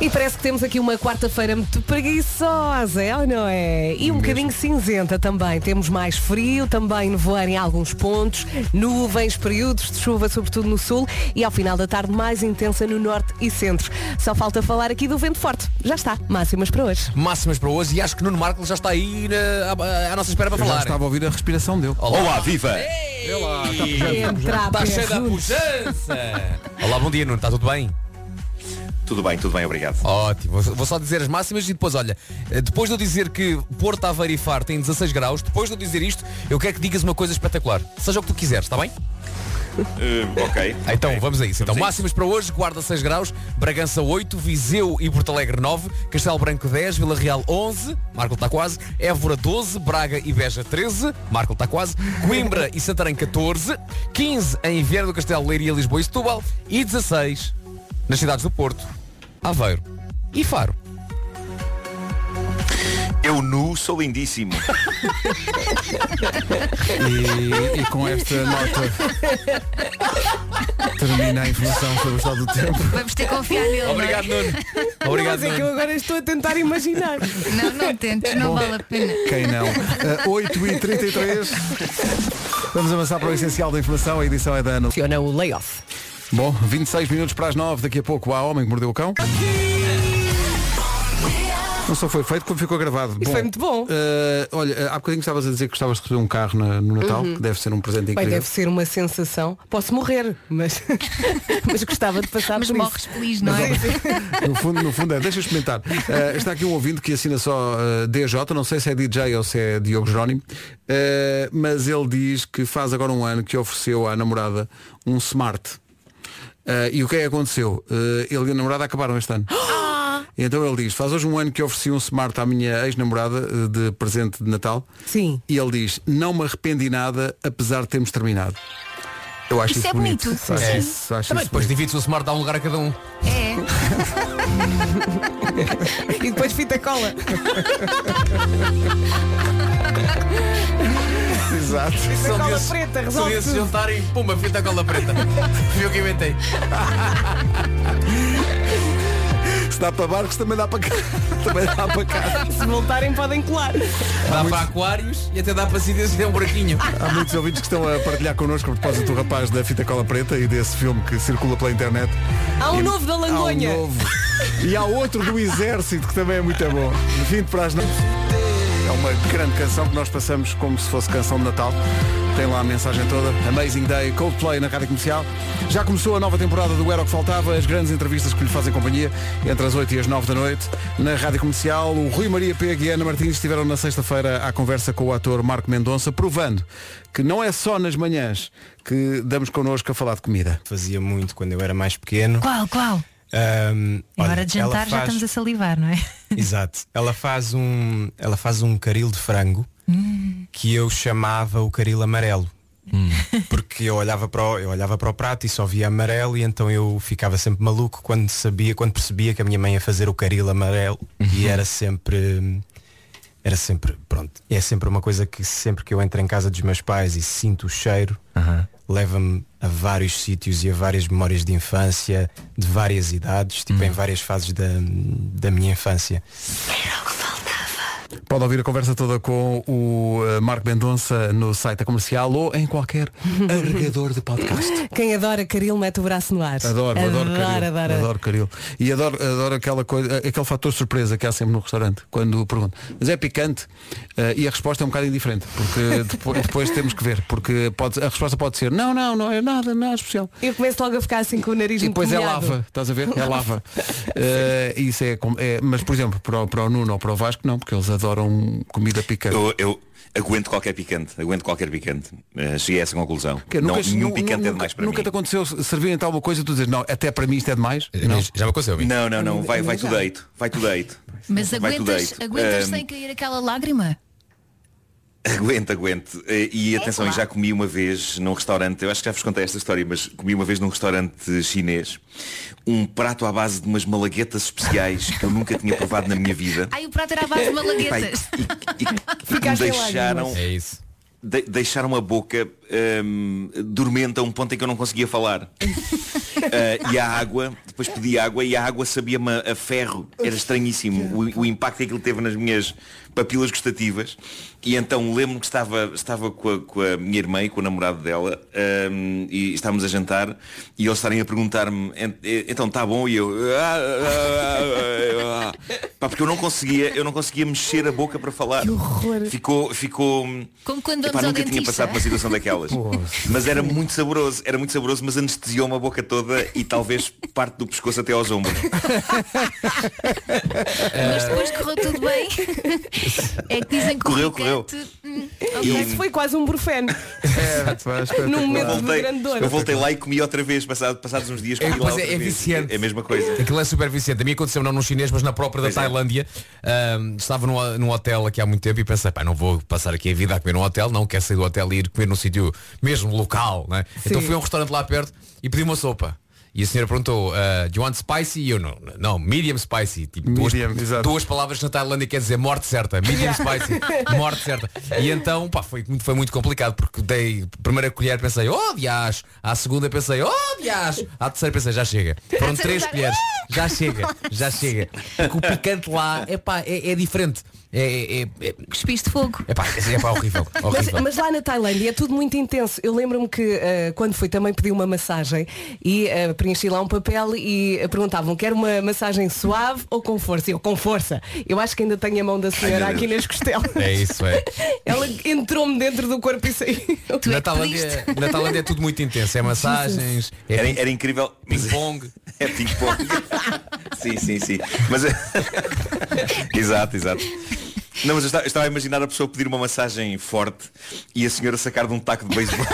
E parece que temos aqui uma quarta-feira muito preguiçosa, é ou não é? E um bocadinho cinzenta também. Temos mais frio, também nevoar em alguns pontos, nuvens, períodos de chuva, sobretudo no sul, e ao final da tarde mais intensa no norte e centro. Só falta falar aqui do vento forte. Já está, máximas para hoje.
Máximas para hoje e acho que Nuno Marco já está aí na- à, à nossa espera para
Eu já
falar.
estava a ouvir a respiração dele.
Olá, viva! tá
Entra,
Está cheia da
Pedro.
pujança! Olá, bom dia, Nuno, está tudo bem?
Tudo bem, tudo bem, obrigado.
Ótimo, vou vou só dizer as máximas e depois, olha, eh, depois de eu dizer que Porto Aveiro e Faro tem 16 graus, depois de eu dizer isto, eu quero que digas uma coisa espetacular. Seja o que tu quiseres, está bem?
Hum, ok.
Ah, Então vamos a isso. Então,
Vamos a
máximas para hoje, Guarda 6 graus, Bragança 8, Viseu e Porto Alegre 9, Castelo Branco 10, Vila Real 11, Marco está quase, Évora 12, Braga e Beja 13, Marco está quase, Coimbra e Santarém 14, 15 em Viana do Castelo, Leiria, Lisboa e Setúbal e 16 nas cidades do Porto, Aveiro e Faro.
Eu nu sou lindíssimo.
E, e com esta nota termina a informação sobre o estado do tempo.
Vamos ter que confiar nele.
Obrigado, Nuno. Obrigado,
Mas é que eu
Nuno.
agora estou a tentar imaginar.
Não, é? não, não tentes, não vale a pena.
Quem não? Uh, 8 e 33 Vamos avançar para o essencial da informação. A edição é da Ana.
Funciona o layoff.
Bom, 26 minutos para as 9. Daqui a pouco há Homem que Mordeu o Cão. Não só foi feito como ficou gravado.
E foi muito bom.
eh, olha, há bocadinho estavas a dizer que gostavas de receber um carro na- no Natal,
Uhum.
que deve ser um presente
Bem,
incrível.
deve ser uma sensação. Posso morrer, mas, mas gostava de passar Mas por morres isso.
feliz,
não é? No fundo, no fundo é, deixa eu experimentar. Eh, está aqui um ouvinte que assina só eh, DJ, não sei se é DJ ou se é Diogo Jerónimo, eh, mas ele diz que faz agora um ano que ofereceu à namorada um smart. Eh, e o que é que aconteceu? Eh, ele e a namorada acabaram este ano. Então ele diz, faz hoje um ano que ofereci um smart à minha ex-namorada eh, de presente de Natal.
Sim.
E ele diz, não me arrependi nada, apesar de termos terminado. Eu acho isso,
Isso é bonito.
Acho
Sim.
isso- acho
Também
isso
depois
bonito.
divide-se o smart, dá um lugar a cada um.
É.
e depois fita cola.
Exato.
São
é cola
desses-
preta,
é São
resolve
desses
tudo.
juntarem, pumba, fita é cola preta. Viu que inventei.
Se dá para barcos, também dá para cá. Também dá para cá.
Se voltarem podem colar.
Dá para aquários e até dá para acidentes e tem um buraquinho.
Há muitos ouvintes que estão a partilhar connosco a propósito do rapaz da fita cola preta e desse filme que circula pela internet.
Há um
E-
novo da Langonha.
Há um novo. E há outro do Exército que também é muito bom. 20 para as 9. É uma grande canção que nós passamos como se fosse canção de Natal. Tem lá a mensagem toda. Amazing Day, Coldplay na Rádio Comercial. Já começou a nova temporada do Era o que Faltava, as grandes entrevistas que lhe fazem companhia entre as 8 e as 9 da noite na Rádio Comercial. O Rui Maria Pega e a Ana Martins estiveram na sexta-feira à conversa com o ator Marco Mendonça, provando que não é só nas manhãs que damos connosco a falar de comida.
Fazia muito quando eu era mais pequeno.
Qual, qual?
Ahm, olha,
Agora de jantar
ela
já
faz-
estamos a salivar, não é?
Exato. Ela faz um, ela faz um caril de frango
Hum.
que eu chamava o caril amarelo. Porque eu olhava, para o, eu olhava para o prato e só via amarelo e então eu ficava sempre maluco quando sabia, quando percebia que a minha mãe ia fazer o caril amarelo e era sempre hum, era sempre, pronto, é sempre uma coisa que sempre que eu entro em casa dos meus pais e sinto o cheiro, leva-me a vários sítios e a várias memórias de infância, de várias idades, tipo em várias fases da, da minha infância.
Pode ouvir a conversa toda com o eh, Marco Mendonça no site da comercial ou em qualquer agregador de podcast.
Quem adora Caril mete o braço no ar.
Adoro, adoro Caril.
adoro.
Adoro Caril. E adoro, adoro aquela coisa, aquele fator surpresa que há sempre no restaurante, quando pergunto. Mas é picante? Eh, e a resposta é um bocado indiferente, porque depois, depois temos que ver, porque pode, a resposta pode ser não, não, não é nada, não é especial.
Eu começo logo a ficar assim com o nariz
E depois é
encolhido.
lava, estás a ver? É lava. Eh, isso é, com- é- mas por exemplo, para o, para o Nuno ou para o Vasco não, porque eles adoram comida picante.
Eu, eu aguento qualquer picante, aguento qualquer picante. Eh, cheguei a essa conclusão.
Que
não,
nunca,
nenhum
nu-
picante
nunca,
é demais para
nunca
mim.
te aconteceu servirem tal uma coisa e tu dizes, não, até para mim isto é demais? Não.
Já me aconteceu
Não, não, não, vai, vai tudo deito, vai tudo deito.
Mas
Vai tudo Eh,
aguentas,
deito.
aguentas
Ahm,
sem cair aquela lágrima?
Aguento, aguento. Eh, E atenção, eu já comi uma vez num restaurante, eu acho que já vos contei esta história, mas comi uma vez num restaurante chinês um prato à base de umas malaguetas especiais que eu nunca tinha provado na minha vida.
Ai, o prato era à base de malaguetas.
e que me deixaram É de- deixaram a boca hum, dormente a um ponto em que eu não conseguia falar Ah, e a água depois pedi água e a água sabia-me a- a ferro era estranhíssimo o, o impacto que aquilo teve nas minhas papilas gustativas e então lembro-me que estava, estava com, a, com a minha irmã e com o namorado dela hum, e estávamos a jantar e eles estarem a perguntar-me "En- eh, então está bom e eu "Ah, ah, ah, ah, ah." Pá, porque eu não conseguia eu não conseguia mexer a boca para falar ficou ficou
Como quando
Epá,
vamos ao
nunca tinha
dentista.
passado por uma situação daquelas. mas era muito saboroso, era muito saboroso, mas anestesiou-me a boca toda e talvez parte do pescoço até aos ombros.
Eh,
Mas depois correu tudo bem. É que dizem que o
Correu,
picante- Hum, ok.
Isso foi quase um brufeno.
É,
Num
eu,
momento de
voltei,
grande dor.
eu voltei lá e comi outra vez, passado, passados uns dias
É,
comi lá
pois é,
outra
é
vez.
viciante.
É a mesma coisa.
Aquilo é super viciante. A mim aconteceu não num chinês, mas na própria da Tailândia. Ahm, estava num, num hotel aqui há muito tempo e pensei, pá, não vou passar aqui a vida a comer num hotel, não quero sair do hotel e ir comer num sítio mesmo local, né? Então fui a um restaurante lá perto e pedi uma sopa. E a senhora perguntou, ah, do you want spicy? E eu não, não, medium spicy. Tipo,
Medium,
duas, duas palavras na Tailândia quer dizer morte certa. Medium spicy, morte certa. E então, pá, foi, muito- foi muito complicado porque dei primeira colher pensei, oh dias. À segunda pensei, oh dias. À terceira pensei, já chega. Foram
Terceira
três
pensei,
colheres. Já chega, já chega. Porque o picante lá epá, é, é diferente. É, é, é, é,
Cuspiste fogo.
epá, é, pá, horrível.
Mas,
horrível.
mas lá na Tailândia é tudo muito intenso. Eu lembro-me que eh, quando fui também pedi uma massagem e eh, a preenchi lá um papel e eh, perguntavam, quer uma massagem suave ou com força? Eu, com força. Eu acho que ainda tenho a mão da senhora
meu
aqui
Deus.
nas costelas.
É isso, é.
Ela entrou-me dentro do corpo e saiu.
é
Na Tailândia, na Tailândia é tudo muito intenso. É massagens, é
Era, era incrível.
Ping-pong.
É ping-pong. sim, sim, sim. Mas é- exato, exato. Não, mas eu estava, eu estava a imaginar a pessoa pedir uma massagem forte e a senhora sacar de um taco de beisebol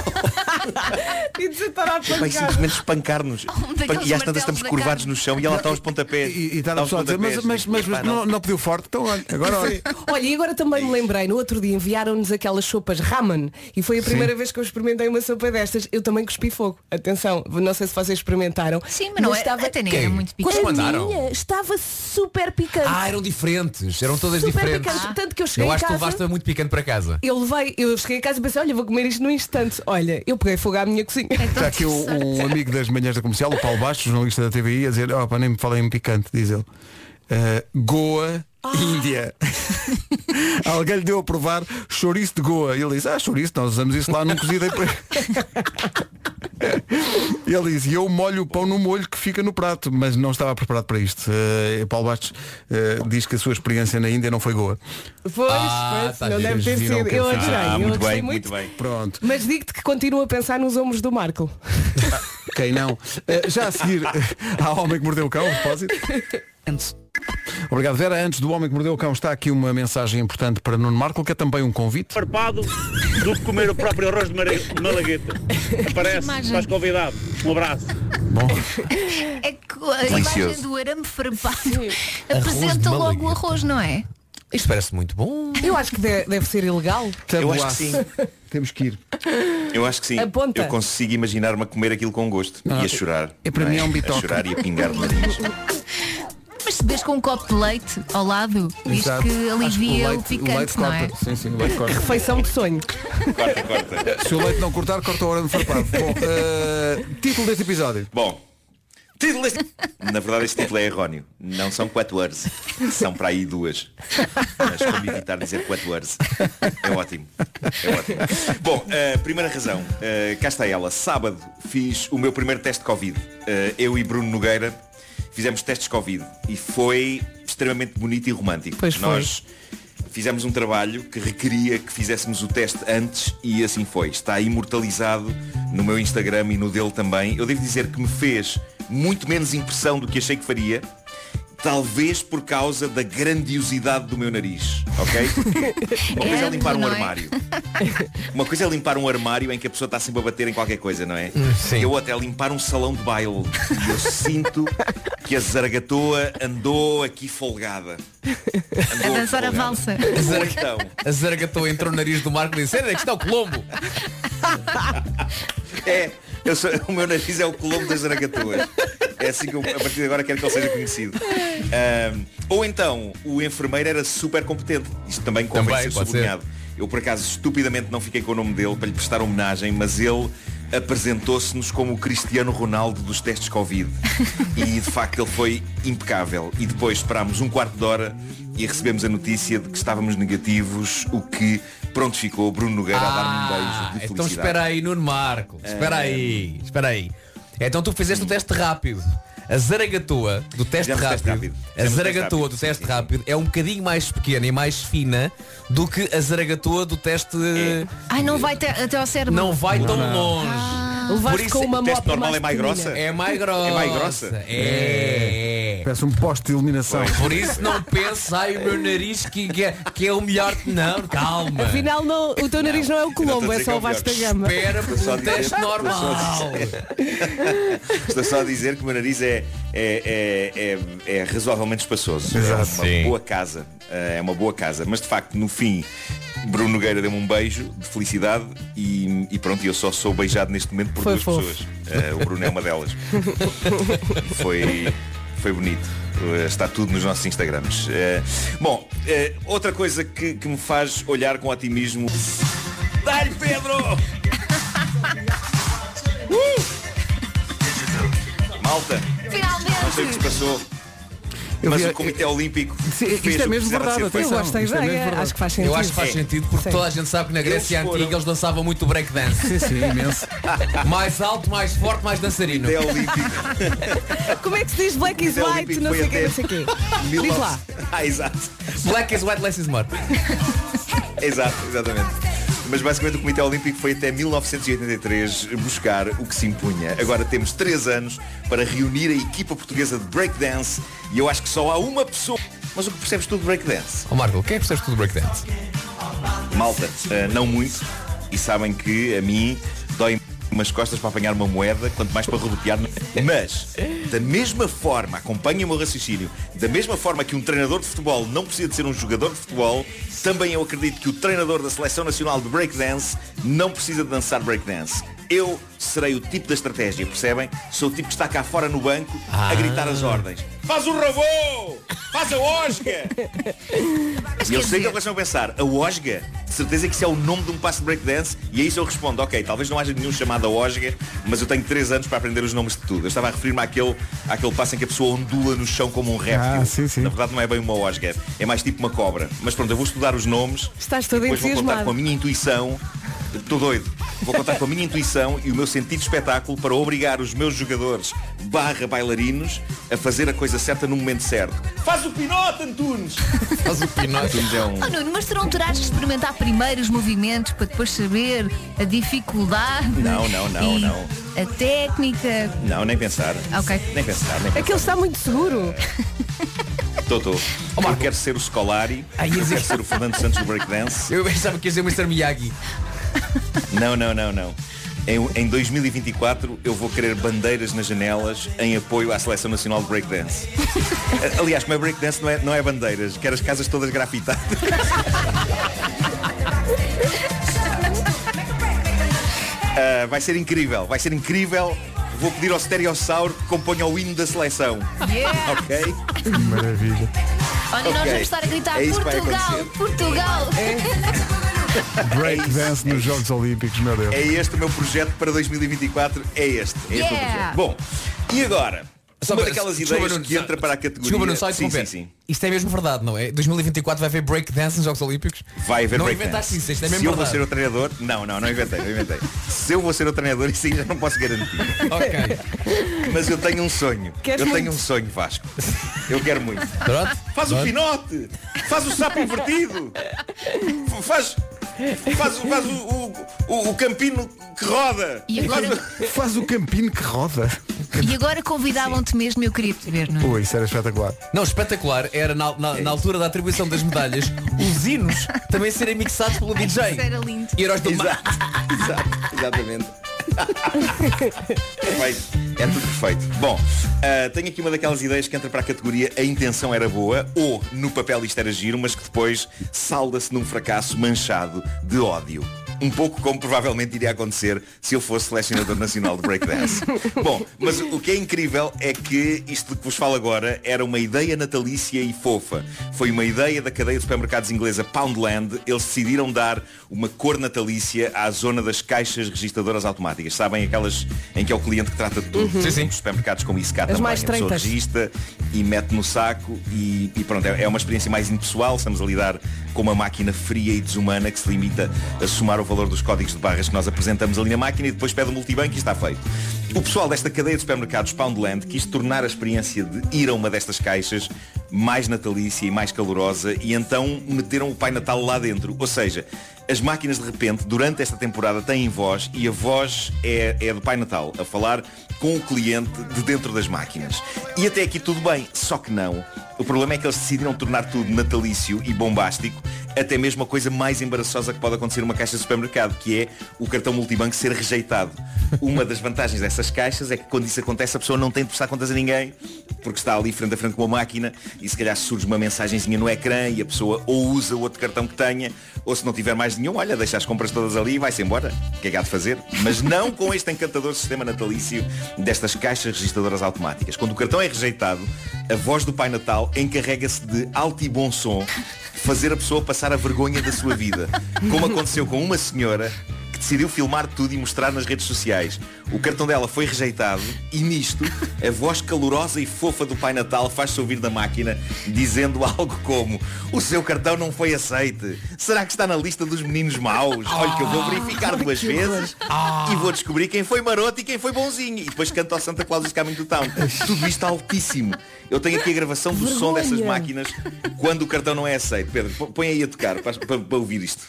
e desatar a
vai simplesmente
Um
espancar-nos.
daqueles
e às tantas
martelos
estamos
da
curvados
carne.
no chão e ela está aos pontapés.
E está a
aos
pessoa a dizer, mas,
pontapés.
mas, mas, mas
Epá,
não, não pediu forte, então olha, agora olha.
Olha, e agora também me lembrei, no outro dia enviaram-nos aquelas sopas ramen e foi a
Sim.
primeira vez que eu experimentei uma sopa destas. Eu também cuspi fogo. Atenção, não sei se vocês experimentaram.
Sim, mas não é- até nem era Quem? muito picante.
A
Quando mandaram?
minha estava super picante.
Ah,
um
eram diferentes. Eram todas
Super
diferentes.
picante, tanto que eu cheguei
eu
em
acho que
casa-
levaste muito picante para casa.
Eu levei, eu cheguei a casa e pensei, olha, vou comer isto num instante. Olha, eu peguei fogo à minha cozinha.
É
Está aqui o, o amigo das manhãs da comercial, o Paulo Bastos, jornalista da TVI, a dizer, "Ah, opa, nem me falem em picante, diz ele. Eh, Goa,
Ah.
Índia. Alguém lhe deu a provar chouriço de Goa. E ele diz, ah, chouriço, nós usamos isso lá num cozido. e depois-" ele diz, e eu molho o pão no molho que fica no prato, mas não estava preparado para isto. Eh, Paulo Bastos eh, diz que a sua experiência na Índia não foi Goa.
Pois,
Ah,
pois,
tá,
não deve ter sido. Eu adorei, eu gostei muito.
Pronto.
Mas digo-te que continuo a pensar nos ombros do Marco.
Ah, Quem não? Eh, já a seguir, eh, há homem que mordeu o cão, a propósito. Obrigado, Vera. Antes do Homem que Mordeu o Cão está aqui uma mensagem importante para Nuno Marco, que é também um convite.
farpado do que comer o próprio arroz de mara- malagueta. Aparece,
Imagem.
estás convidado. Um abraço.
É que a imagem
Delicioso.
do arame farpado
Arroz de
apresenta logo o
malagueta.
arroz, não é?
Isto parece muito bom.
Eu acho que de- deve ser ilegal.
Eu acho que sim.
Temos que ir.
Eu acho que sim.
Aponta.
Eu consigo imaginar-me a comer aquilo com gosto
Não,
e a chorar.
é para
não
mim é um
A
bitoca.
chorar e a pingar no nariz.
Mas se vês com um copo de leite ao lado, diz
Exato.
que alivia o, picante, não é?
Sim, sim, o leite corta.
Refeição de sonho.
Corta, corta.
Eh, Se o leite não cortar, corta a hora do farpado. Bom, eh, título deste episódio.
Bom, título deste... Na verdade este título é erróneo. Não são quatro horas. São para aí duas. Mas como evitar dizer quatro horas? É ótimo. É ótimo. Bom, eh, primeira razão. Eh, cá está ela. Sábado fiz o meu primeiro teste de Covid. Eh, eu e Bruno Nogueira fizemos testes Covid. E foi extremamente bonito e romântico.
Pois foi.
Nós fizemos um trabalho que requeria que fizéssemos o teste antes e assim foi. Está imortalizado no meu Instagram e no dele também. Eu devo dizer que me fez muito menos impressão do que achei que faria. Talvez por causa da grandiosidade do meu nariz, ok? Uma coisa é
Amplo,
limpar um
não é?
armário. Uma coisa é limpar um armário em que a pessoa está sempre a bater em qualquer coisa, não é? Eu até limpar um salão de baile. E eu sinto que a zargatoa andou aqui folgada.
A dançar a valsa.
Ou então,
A zargatou entrou no nariz do Marco e disse, "Era que está o Colombo.
É, eu sou- o meu nariz é o colombo das zaragatuas. É assim que eu, a partir de agora quero que ele seja conhecido. Ahm, ou então, o enfermeiro era super competente. Isto também convém
Também,
ser
pode ser.
sublinhado. Eu por acaso estupidamente não fiquei com o nome dele para lhe prestar homenagem, mas ele apresentou-se-nos como o Cristiano Ronaldo dos testes Covid. E de facto ele foi impecável. E depois esperámos um quarto de hora e recebemos a notícia de que estávamos negativos, o que pronto ficou Bruno Nogueira a dar-me um beijo de
Então
felicidade.
espera aí, Nuno Marco. Espera
É.
aí, espera aí. Então tu fizeste o teste rápido. A zaragatua do teste
Fizemos o teste
rápido,
rápido.
A
Fizemos o teste
zaragatua do teste rápido é um bocadinho mais pequena e mais fina do que a zaragatua do teste.
É.
Ai, não vai te- até ao cérebro. Ah.
Não vai tão longe.
Levaste com uma moto
É mais grossa.
É mais grossa?
É.
Parece um poste de iluminação.
Por isso não pensa, ai o meu nariz que, que é, que é o melhor. Não, calma.
Afinal, não, o teu nariz não, é o Colombo, é só o Vasco da Gama.
Espera por
Só
um
dizer-
teste normal.
Estou só a dizer que o meu nariz é, é, é, é, é razoavelmente espaçoso.
Exato.
É uma
Sim.
boa casa. Eh, É uma boa casa. Mas de facto, no fim, Bruno Nogueira deu-me um beijo de felicidade e, e pronto, eu só sou beijado neste momento por
Foi
duas
fofo.
pessoas. Eh, o Bruno é uma delas. Foi, foi bonito. Eh, Está tudo nos nossos Instagrams. Eh, bom, eh, outra coisa que, que me faz olhar com otimismo. Dá-lhe Pedro! Malta, não sei o que se
Finalmente!
passou.
Eu
mas
vi-
o Comitê Olímpico
Sim,
fez
isto é
o que
mesmo
precisava de ser
verdade,
feito.
Eu gosto da
Isto é mesmo
ideia,
verdade.
acho que faz sentido.
Eu acho que faz sentido porque
Sim.
toda a gente sabe que na Grécia
Eles foram-
Antiga eles dançavam muito breakdance.
Sim, sim, imenso.
mais alto, mais forte, mais dançarino.
Até Olímpico.
Como é que se diz black is
Até o
white,
Olímpico
não
tipo foi
sei o quê,
até
não sei o quê?
1900.
Diz lá.
Ah, exato.
Black is white, less is more.
Exato, exatamente. Mas basicamente o Comitê Olímpico foi até 1983 buscar o que se impunha. Agora temos três anos para reunir a equipa portuguesa de breakdance e eu acho que só há uma pessoa. Mas o que percebes tu de breakdance?
Ó Marco, quem é que percebes tudo breakdance?
Malta, eh, não muito. E sabem que a mim dói umas costas para apanhar uma moeda, quanto mais para rodopiar. né? Mas, da mesma forma, acompanhem o meu raciocínio, da mesma forma que um treinador de futebol não precisa de ser um jogador de futebol, também eu acredito que o treinador da Seleção Nacional de Breakdance não precisa de dançar breakdance. Eu serei o tipo da estratégia, percebem? Sou o tipo que está cá fora no banco a gritar as ordens. Faz o ravô! Faz a Osga! E eu sei que eles vão pensar, a Osga, de certeza que isso é o nome de um passo de breakdance, e a isso eu respondo, ok, talvez não haja nenhum chamado a Osga, mas eu tenho 3 anos para aprender os nomes de tudo. Eu estava a referir-me àquele, àquele passo em que a pessoa ondula no chão como um réptil.
Ah, sim, sim.
Na verdade não é bem uma Osga, é mais tipo uma cobra. Mas pronto, eu vou estudar os nomes,
Estás todo
depois vou contar com a
entusiasmado.
minha intuição. Estou doido. Vou contar com a minha intuição e o meu sentido de espetáculo para obrigar os meus jogadores barra bailarinos a fazer a coisa certa no momento certo. Faz o pinote, Antunes!
Faz o pinote.
Antunes é um...
Oh, Nuno, mas tu não terás que experimentar primeiro os movimentos para depois saber a dificuldade
Não, não, não,
e
não.
a técnica.
Não, nem pensar.
Ok.
Nem pensar, nem pensar.
Aquele É está muito seguro.
Totó, eu quero ser o Scolari, eu quero ser o Fernando Santos do Breakdance.
Ah, Eu pensava que ia dizer o Mr. Miyagi.
Não, não, não, não. Em, em 2024 eu vou querer bandeiras nas janelas em apoio à Seleção Nacional de Breakdance. A- Aliás, como é breakdance não é, não é bandeiras, quero as casas todas grafitadas. Ah, vai ser incrível, vai ser incrível. Vou pedir ao Stereossauro que componha o hino da seleção.
Yeah.
Ok?
Maravilha.
Olha, nós
Ok.
vamos estar a gritar
É isso que vai
Portugal,
acontecer. É
Portugal.
Breakdance nos Jogos Olímpicos, meu Deus.
É este o meu projeto para 2024, é este. É este o meu
Yeah.
projeto. Bom, e agora?
Só
uma
para-
daquelas
desculpa,
ideias
Nuno,
que
só-
entra para a categoria.
Desculpa, não só
sim, sim,
interromper.
sim.
Isto é mesmo verdade, não é? 2024 vai haver breakdance nos Jogos Olímpicos?
Vai haver
Não inventaste
breakdance.
isso, isto é
Se
mesmo
eu vou
verdade.
ser o treinador, não, não, não inventei, não inventei. Se eu vou ser o treinador, isso aí já não posso garantir.
Ok.
Mas eu tenho um sonho.
Queres
eu tenho
muito?
um sonho, Vasco. Eu quero muito.
Pronto?
Faz o pinote! Faz o sapo invertido! F- Faz. Faz, o- faz o, o, o- o campino que roda!
E agora,
Faz o campinho que roda.
e agora convidavam-te mesmo, eu queria saber, Nuno.
Ui, isso era espetacular.
Não, espetacular era na,
É
na- na altura da atribuição das medalhas os hinos também serem mixados pelo DJ.
Isso era lindo.
E heróis do mar.
Exato, exato, exatamente. perfeito. É tudo perfeito. Bom, ah, tenho aqui uma daquelas ideias que entra para a categoria A intenção era boa ou no papel isto era giro, mas que depois salda-se num fracasso manchado de ódio. Um pouco como provavelmente iria acontecer se eu fosse selecionador nacional de breakdance. Bom, mas o que é incrível é que isto que vos falo agora era uma ideia natalícia e fofa. Foi uma ideia da cadeia de supermercados inglesa Poundland. Eles decidiram dar uma cor natalícia à zona das caixas registadoras automáticas. Sabem aquelas em que é o cliente que trata de tudo.
Sim, Uhum. sim.
Os supermercados como isso cá também.
mais
a pessoa
treitas.
regista e mete no saco e, e pronto, é é uma experiência mais impessoal. Estamos a lidar com uma máquina fria e desumana que se limita a somar o valor dos códigos de barras que nós apresentamos ali na máquina e depois pede o multibanco e está feito. O pessoal desta cadeia de supermercados Poundland quis tornar a experiência de ir a uma destas caixas mais natalícia e mais calorosa e então meteram o Pai Natal lá dentro. Ou seja, as máquinas de repente, durante esta temporada, têm voz e a voz é, é do Pai Natal, a falar com o cliente de dentro das máquinas. E até aqui tudo bem, só que não. O problema é que eles decidiram tornar tudo natalício e bombástico, até mesmo a coisa mais embaraçosa que pode acontecer numa caixa de supermercado, que é o cartão multibanco ser rejeitado. Uma das vantagens dessas caixas é que quando isso acontece a pessoa não tem de prestar contas a ninguém, porque está ali frente a frente com uma máquina e se calhar surge uma mensagenzinha no ecrã e a pessoa ou usa o outro cartão que tenha, ou se não tiver mais nenhum, olha, deixa as compras todas ali e vai-se embora. O que é que há de fazer? Mas não com este encantador sistema natalício destas caixas registadoras automáticas. Quando o cartão é rejeitado, a voz do Pai Natal encarrega-se de alto e bom som fazer a pessoa passar a vergonha da sua vida. Como aconteceu com uma senhora que decidiu filmar tudo e mostrar nas redes sociais. O cartão dela foi rejeitado e nisto, a voz calorosa e fofa do Pai Natal faz-se ouvir da máquina dizendo algo como o seu cartão não foi aceite. Será que está na lista dos meninos maus? Olha que eu vou verificar duas vezes e vou descobrir quem foi maroto e quem foi bonzinho. E depois canta ao Santa Claus do Caminho do Town. Tudo isto altíssimo. Eu tenho aqui a gravação do som
Vergonha.
dessas máquinas quando o cartão não é aceito. Pedro, pô- põe aí a tocar para, para- para ouvir isto.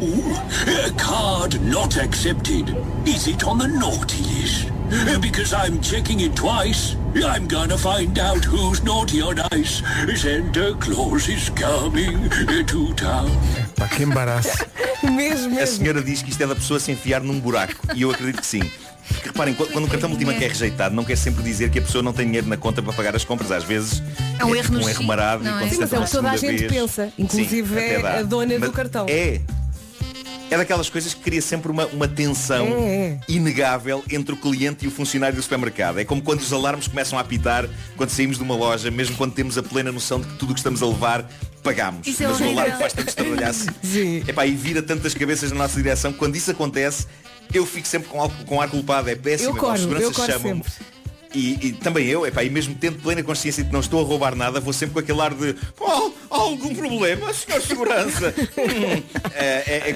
Uh, Card not accepted. Is it on the naughty list? Uh, Because I'm checking it twice. I'm gonna find out who's naughty or nice. Santa Claus is coming uh, to town.
Pá, que embaraço.
A senhora diz que isto é da pessoa se enfiar num buraco. E eu acredito que sim. Porque, reparem, qu- quando o cartão multibanco é rejeitado, não quer sempre dizer que a pessoa não tem dinheiro na conta para pagar as compras. Às vezes
É um erro
tipo
no
um
chip,
erro marado
não é?
e quando
Sim,
se
mas é
tenta pela
o que toda a
segunda
gente
vez-
pensa. Inclusive
até
é
dá.
a dona do
Mas
cartão.
É. É daquelas coisas que cria sempre uma, uma
É,
tensão inegável entre o cliente e o funcionário do supermercado. É como quando os alarmes começam a apitar quando saímos de uma loja, mesmo quando temos a plena noção de que tudo o que estamos a levar pagámos.
Isso é
Mas o
horrível.
alarme um faz tanto estardalhaço. Epá, e vira tantas cabeças na nossa direção. Quando isso acontece, eu fico sempre com, algo, com ar culpado. É péssimo.
Eu corro,
Os seguranças
eu corro
chamam-me.
sempre.
E, e também eu, epá, e mesmo tendo plena consciência de que não estou a roubar nada, vou sempre com aquele ar de "Oh, há algum problema, senhor segurança? Hum, é, é-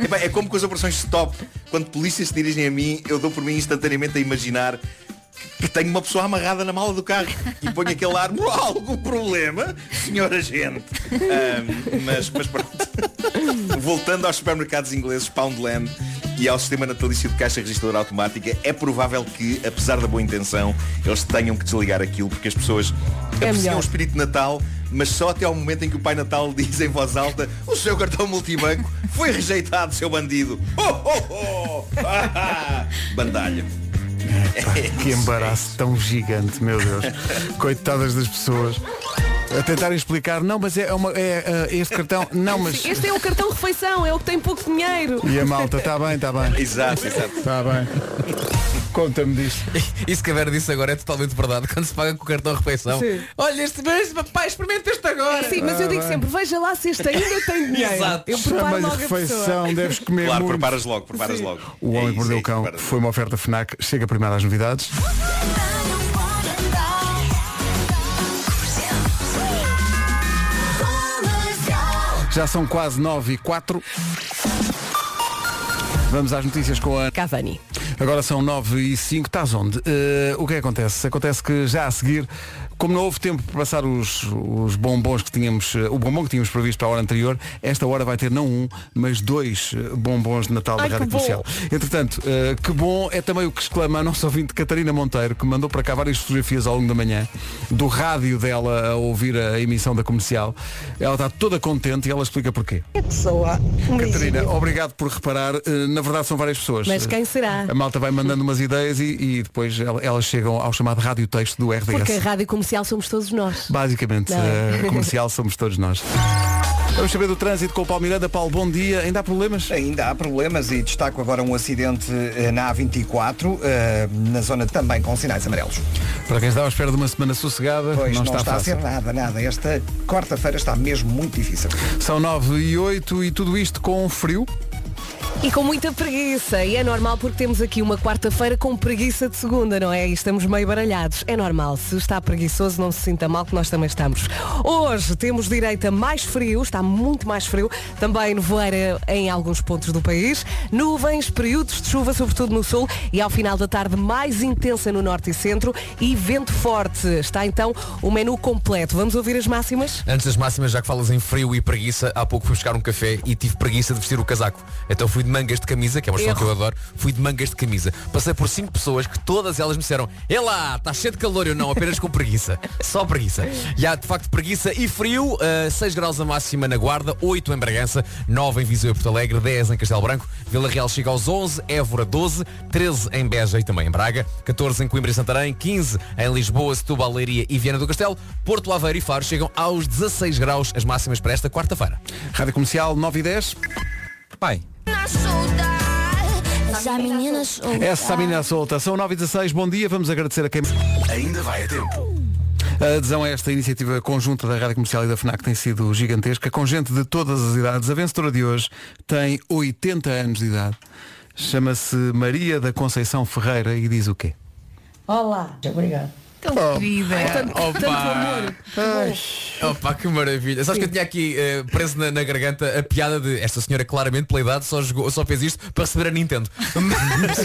é- epá, é como com as operações stop. Quando polícias se dirigem a mim, eu dou por mim instantaneamente a imaginar que tenho uma pessoa amarrada na mala do carro e ponho aquele ar, "Há algum problema, senhor agente? Ahm, mas, mas pronto. Voltando aos supermercados ingleses Poundland e ao sistema natalício de caixa registradora automática, é provável que, apesar da boa intenção, eles tenham que desligar aquilo porque as pessoas apreciam
melhor.
o espírito de Natal, mas só até ao momento em que o Pai Natal diz em voz alta o seu cartão multibanco foi rejeitado, seu bandido. Oh, oh, oh! Ah, ah! Bandalho.
Pá, que embaraço tão gigante, meu Deus. Coitadas das pessoas. A tentarem explicar, não, mas é, uma, é uh, este cartão, não, mas.
Este é o cartão refeição, é o que tem pouco dinheiro.
E a malta, está bem, está bem.
Exato, exato.
Está bem. Conta-me disto.
Isso que a Vera disse agora é totalmente verdade. Quando se paga com o cartão de refeição.
Sim.
Olha, este, mas, pai, experimenta este agora.
Sim, mas eu digo
Ah,
sempre, veja lá se este ainda tem dinheiro. Eu preparo
Chama-lhe
logo a pessoa.
refeição, deves comer
Claro,
muito.
preparas logo, preparas logo.
O Homem que Mordeu o Cão foi uma oferta FNAC. Chega primeiro às novidades. Já são quase 9 e 4. Vamos às notícias com a
Cavani.
Agora são 9 e 5. Estás onde? Eh, o que é que acontece? Acontece que já a seguir, como não houve tempo para passar os, os bombons que tínhamos, eh, o bombom que tínhamos previsto para a hora anterior, esta hora vai ter não um, mas dois eh, bombons de Natal da
Ai, que
Rádio
bom.
Comercial. Entretanto, eh, que bom é também o que exclama a nossa ouvinte Catarina Monteiro, que mandou para cá várias fotografias ao longo da manhã, do rádio dela a ouvir a emissão da comercial. Ela está toda contente e ela explica porquê.
Pessoa.
Um
Catarina, obrigado por reparar. Eh, Na verdade são várias pessoas.
Mas quem será?
A malta vai mandando umas ideias e, e depois el- elas chegam ao chamado rádio texto do RDS.
Porque a rádio comercial somos todos nós.
Basicamente,
Não é?
eh, comercial somos todos nós. Vamos saber do trânsito com o Paulo Miranda. Paulo, bom dia. Ainda há problemas?
Ainda há problemas e destaco agora um acidente eh, na A24, eh, na zona também com sinais amarelos.
Para quem estava à espera de uma semana sossegada,
Pois não,
não, está,
está, a
fácil.
ser nada, nada. Esta quarta-feira está mesmo muito difícil.
São 9 e 8 e tudo isto com um frio.
E com muita preguiça. E é normal porque temos aqui uma quarta-feira com preguiça de segunda, não é? E estamos meio baralhados. É normal. Se está preguiçoso, não se sinta mal, que nós também estamos. Hoje temos direito a mais frio, está muito mais frio. Também nevoeira em alguns pontos do país. Nuvens, períodos de chuva, sobretudo no sul. E ao final da tarde, mais intensa no norte e centro. E vento forte. Está então o menu completo. Vamos ouvir as máximas?
Antes das máximas, já que falas em frio e preguiça, há pouco fui buscar um café e tive preguiça de vestir o casaco. Então fui de mangas de camisa, que é uma opção que
Erro.
eu adoro, fui de mangas de camisa. Passei por cinco pessoas que todas elas me disseram, é lá, está cheio de calor, eu não, apenas com preguiça. Só preguiça. E há de facto preguiça e frio, 6 graus a máxima na Guarda, 8 em Bragança, 9 em Viseu e Porto Alegre, 10 em Castelo Branco, Vila Real chega aos 11, Évora 12, 13 em Beja e também em Braga, 14 em Coimbra e Santarém, 15 em Lisboa, Setúbal, Leiria e Viana do Castelo, Porto Aveiro e Faro chegam aos 16 graus as máximas para esta quarta-feira.
Rádio Comercial 9 e 10. Pai.
Essa menina solta.
Essa menina solta. São 9 e 16. Bom dia. Vamos agradecer a quem...
Ainda vai a tempo.
A adesão a esta iniciativa conjunta da Rádio Comercial e da FNAC tem sido gigantesca, com gente de todas as idades. A vencedora de hoje tem 80 anos de idade. Chama-se Maria da Conceição Ferreira e diz o quê?
Olá. Obrigado.
Tão
Oh.
querida.
Opa. Ai. Opa, que maravilha. Sabes que eu tinha aqui eh, preso na, na garganta a piada de esta senhora claramente pela idade só, jogou, só fez isto para receber a Nintendo. Mas,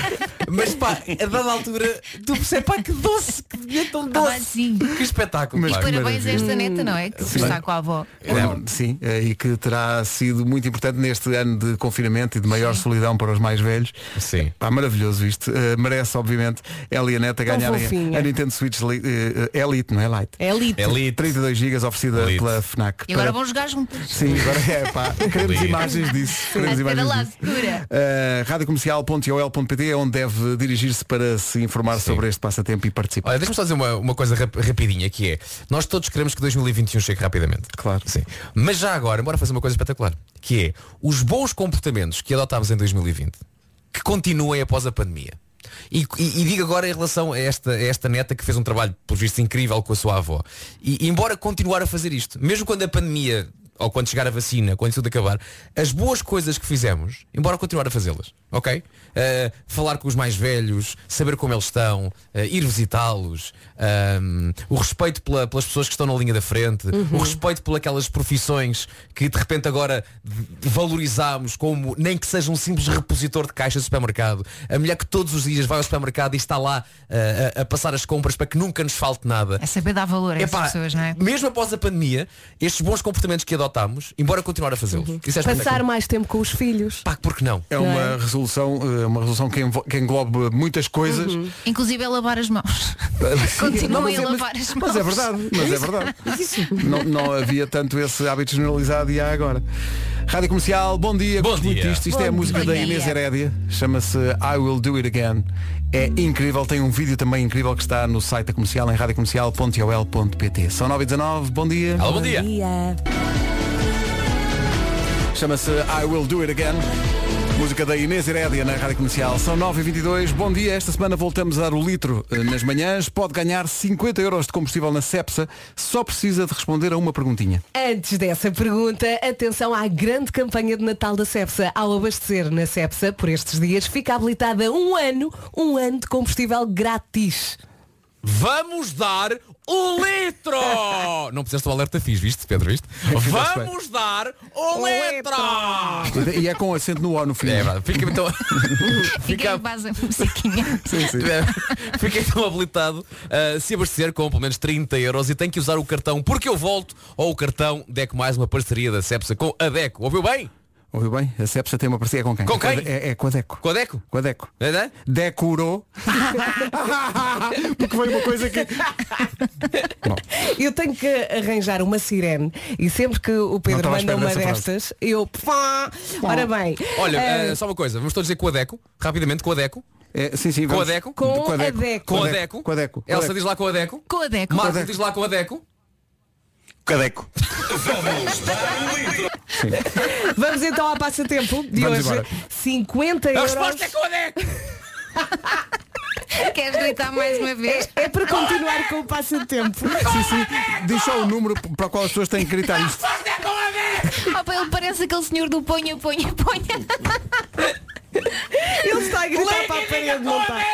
mas pá, a dada altura, tu percebes pá, que doce, que devia
Ah,
tão doce. Que espetáculo.
E
pá.
parabéns a esta neta, não é? Que
Sim.
está com a avó.
Lembro, Sim, eh, e que terá sido muito importante neste ano de confinamento e de maior solidão para os mais velhos. Sim. Pá, maravilhoso isto. Eh, merece, obviamente, ela e a Neta
Tão
ganharem
fofinha.
a Nintendo Switch Li- eh, eh, Elite, não é Lite?
Elite.
Elite. 32 GB oferecida pela FNAC.
E agora
Para-
vão jogar juntas.
Sim, agora é, pá. Queremos
Liga.
imagens disso. Queremos
Até
imagens
lá,
disso.
segura.
Uh, radiocomercial.ol.pt é onde deve dirigir-se para se informar sobre este passatempo e participar.
Olha, deixa-me só dizer Ah, uma, uma coisa rap- rapidinha que é Nós todos queremos que 2021 chegue rapidamente Claro Sim Mas já agora, bora fazer uma coisa espetacular Que é os bons comportamentos que adotámos em 2020 Que continuem após a pandemia e, e, e digo agora em relação a esta, a esta neta que fez um trabalho, por visto, incrível com a sua avó. E embora continuar a fazer isto, mesmo quando a pandemia, ou quando chegar a vacina, quando isso tudo acabar, as boas coisas que fizemos, embora continuar a fazê-las, ok? Uh, falar com os mais velhos, saber como eles estão, uh, ir visitá-los, um, o respeito pela- pelas pessoas que estão na linha da frente,
Uhum.
o respeito por aquelas profissões que de repente agora v- valorizamos como nem que seja um simples repositor de caixas de supermercado. A mulher que todos os dias vai ao supermercado e está lá uh, a, a passar as compras para que nunca nos falte nada.
É saber dar valor a essas
Epá,
pessoas, não é?
Mesmo após a pandemia, estes bons comportamentos que adotámos, embora continuar a fazê-los,
Uhum.
isso é
Passar
espetacular.
mais tempo com os filhos.
Pá, porque não?
É
Não
uma
é?
resolução, eh, uma resolução que, envo- que engloba muitas coisas.
Inclusive é lavar as mãos. Continuem
Não, mas
a
é-
lavar as mãos.
Mas é verdade, mas é verdade. Não, não havia tanto esse hábito generalizado e há agora. Rádio Comercial, bom dia, bom
dia.
isto. Isto é a
Bom
música da
dia.
Inês Herédia, chama-se I Will Do It Again. É incrível, tem um vídeo também incrível que está no site da comercial em radiocomercial.ol.pt. São 9 e 19 bom dia.
Alô, bom dia.
Chama-se I Will Do It Again. Música da Inês Herédia na Rádio Comercial. São 9h22. Bom dia. Esta semana voltamos a dar o litro eh, nas manhãs. Pode ganhar 50 euros de combustível na Cepsa. Só precisa de responder a uma perguntinha.
Antes dessa pergunta, atenção à grande campanha de Natal da Cepsa. Ao abastecer na Cepsa, por estes dias, fica habilitada um ano, um ano de combustível grátis.
Vamos dar um litro! não puseste o alerta fiz, viste, Pedro, viste?
Fizeste bem.
Vamos dar um litro!
E é com acento no O no fim.
É verdade. Fica então.
Fica aí quase a musiquinha.
É, Fiquei tão habilitado uh, se abastecer com pelo menos 30 euros e tem que usar o cartão Porque Eu Volto ou o cartão DECO Mais, uma parceria da Cepsa com a DECO. Ouviu bem?
Ouviu bem? A Cepsa tem uma parceria com quem?
Com quem?
É, é com a Deco.
Com a Deco?
Com a Deco.
É, né?
Decorou. Porque foi uma coisa que.
Eu tenho que arranjar uma sirene e sempre que o Pedro
estava à
manda
espera
uma
dessa frase.
destas, eu. Pá! Ora bem.
Olha,
É.
eh,
uh, só uma coisa, vamos todos dizer com a DECO, rapidamente, com a DECO.
sim, sim,
com a
vamos.
DECO.
Com Com a a Deco. Deco.
Com a
Com a
DECO.
Com a Deco. Com a
Elsa
Deco.
diz lá com a DECO.
Com a DECO.
Marco diz lá com a DECO.
Cadeco.
Vamos então ao passatempo de
Vamos
hoje.
embora.
50
A
euros.
resposta
é
com a DEC!
Queres gritar mais uma vez?
É, para continuar com o passatempo.
Sim, sim. Diz só o número para o qual as pessoas têm que gritar isto.
Opa, ele parece aquele senhor do ponha, ponha, ponha.
Ele está a gritar para a parede, não está?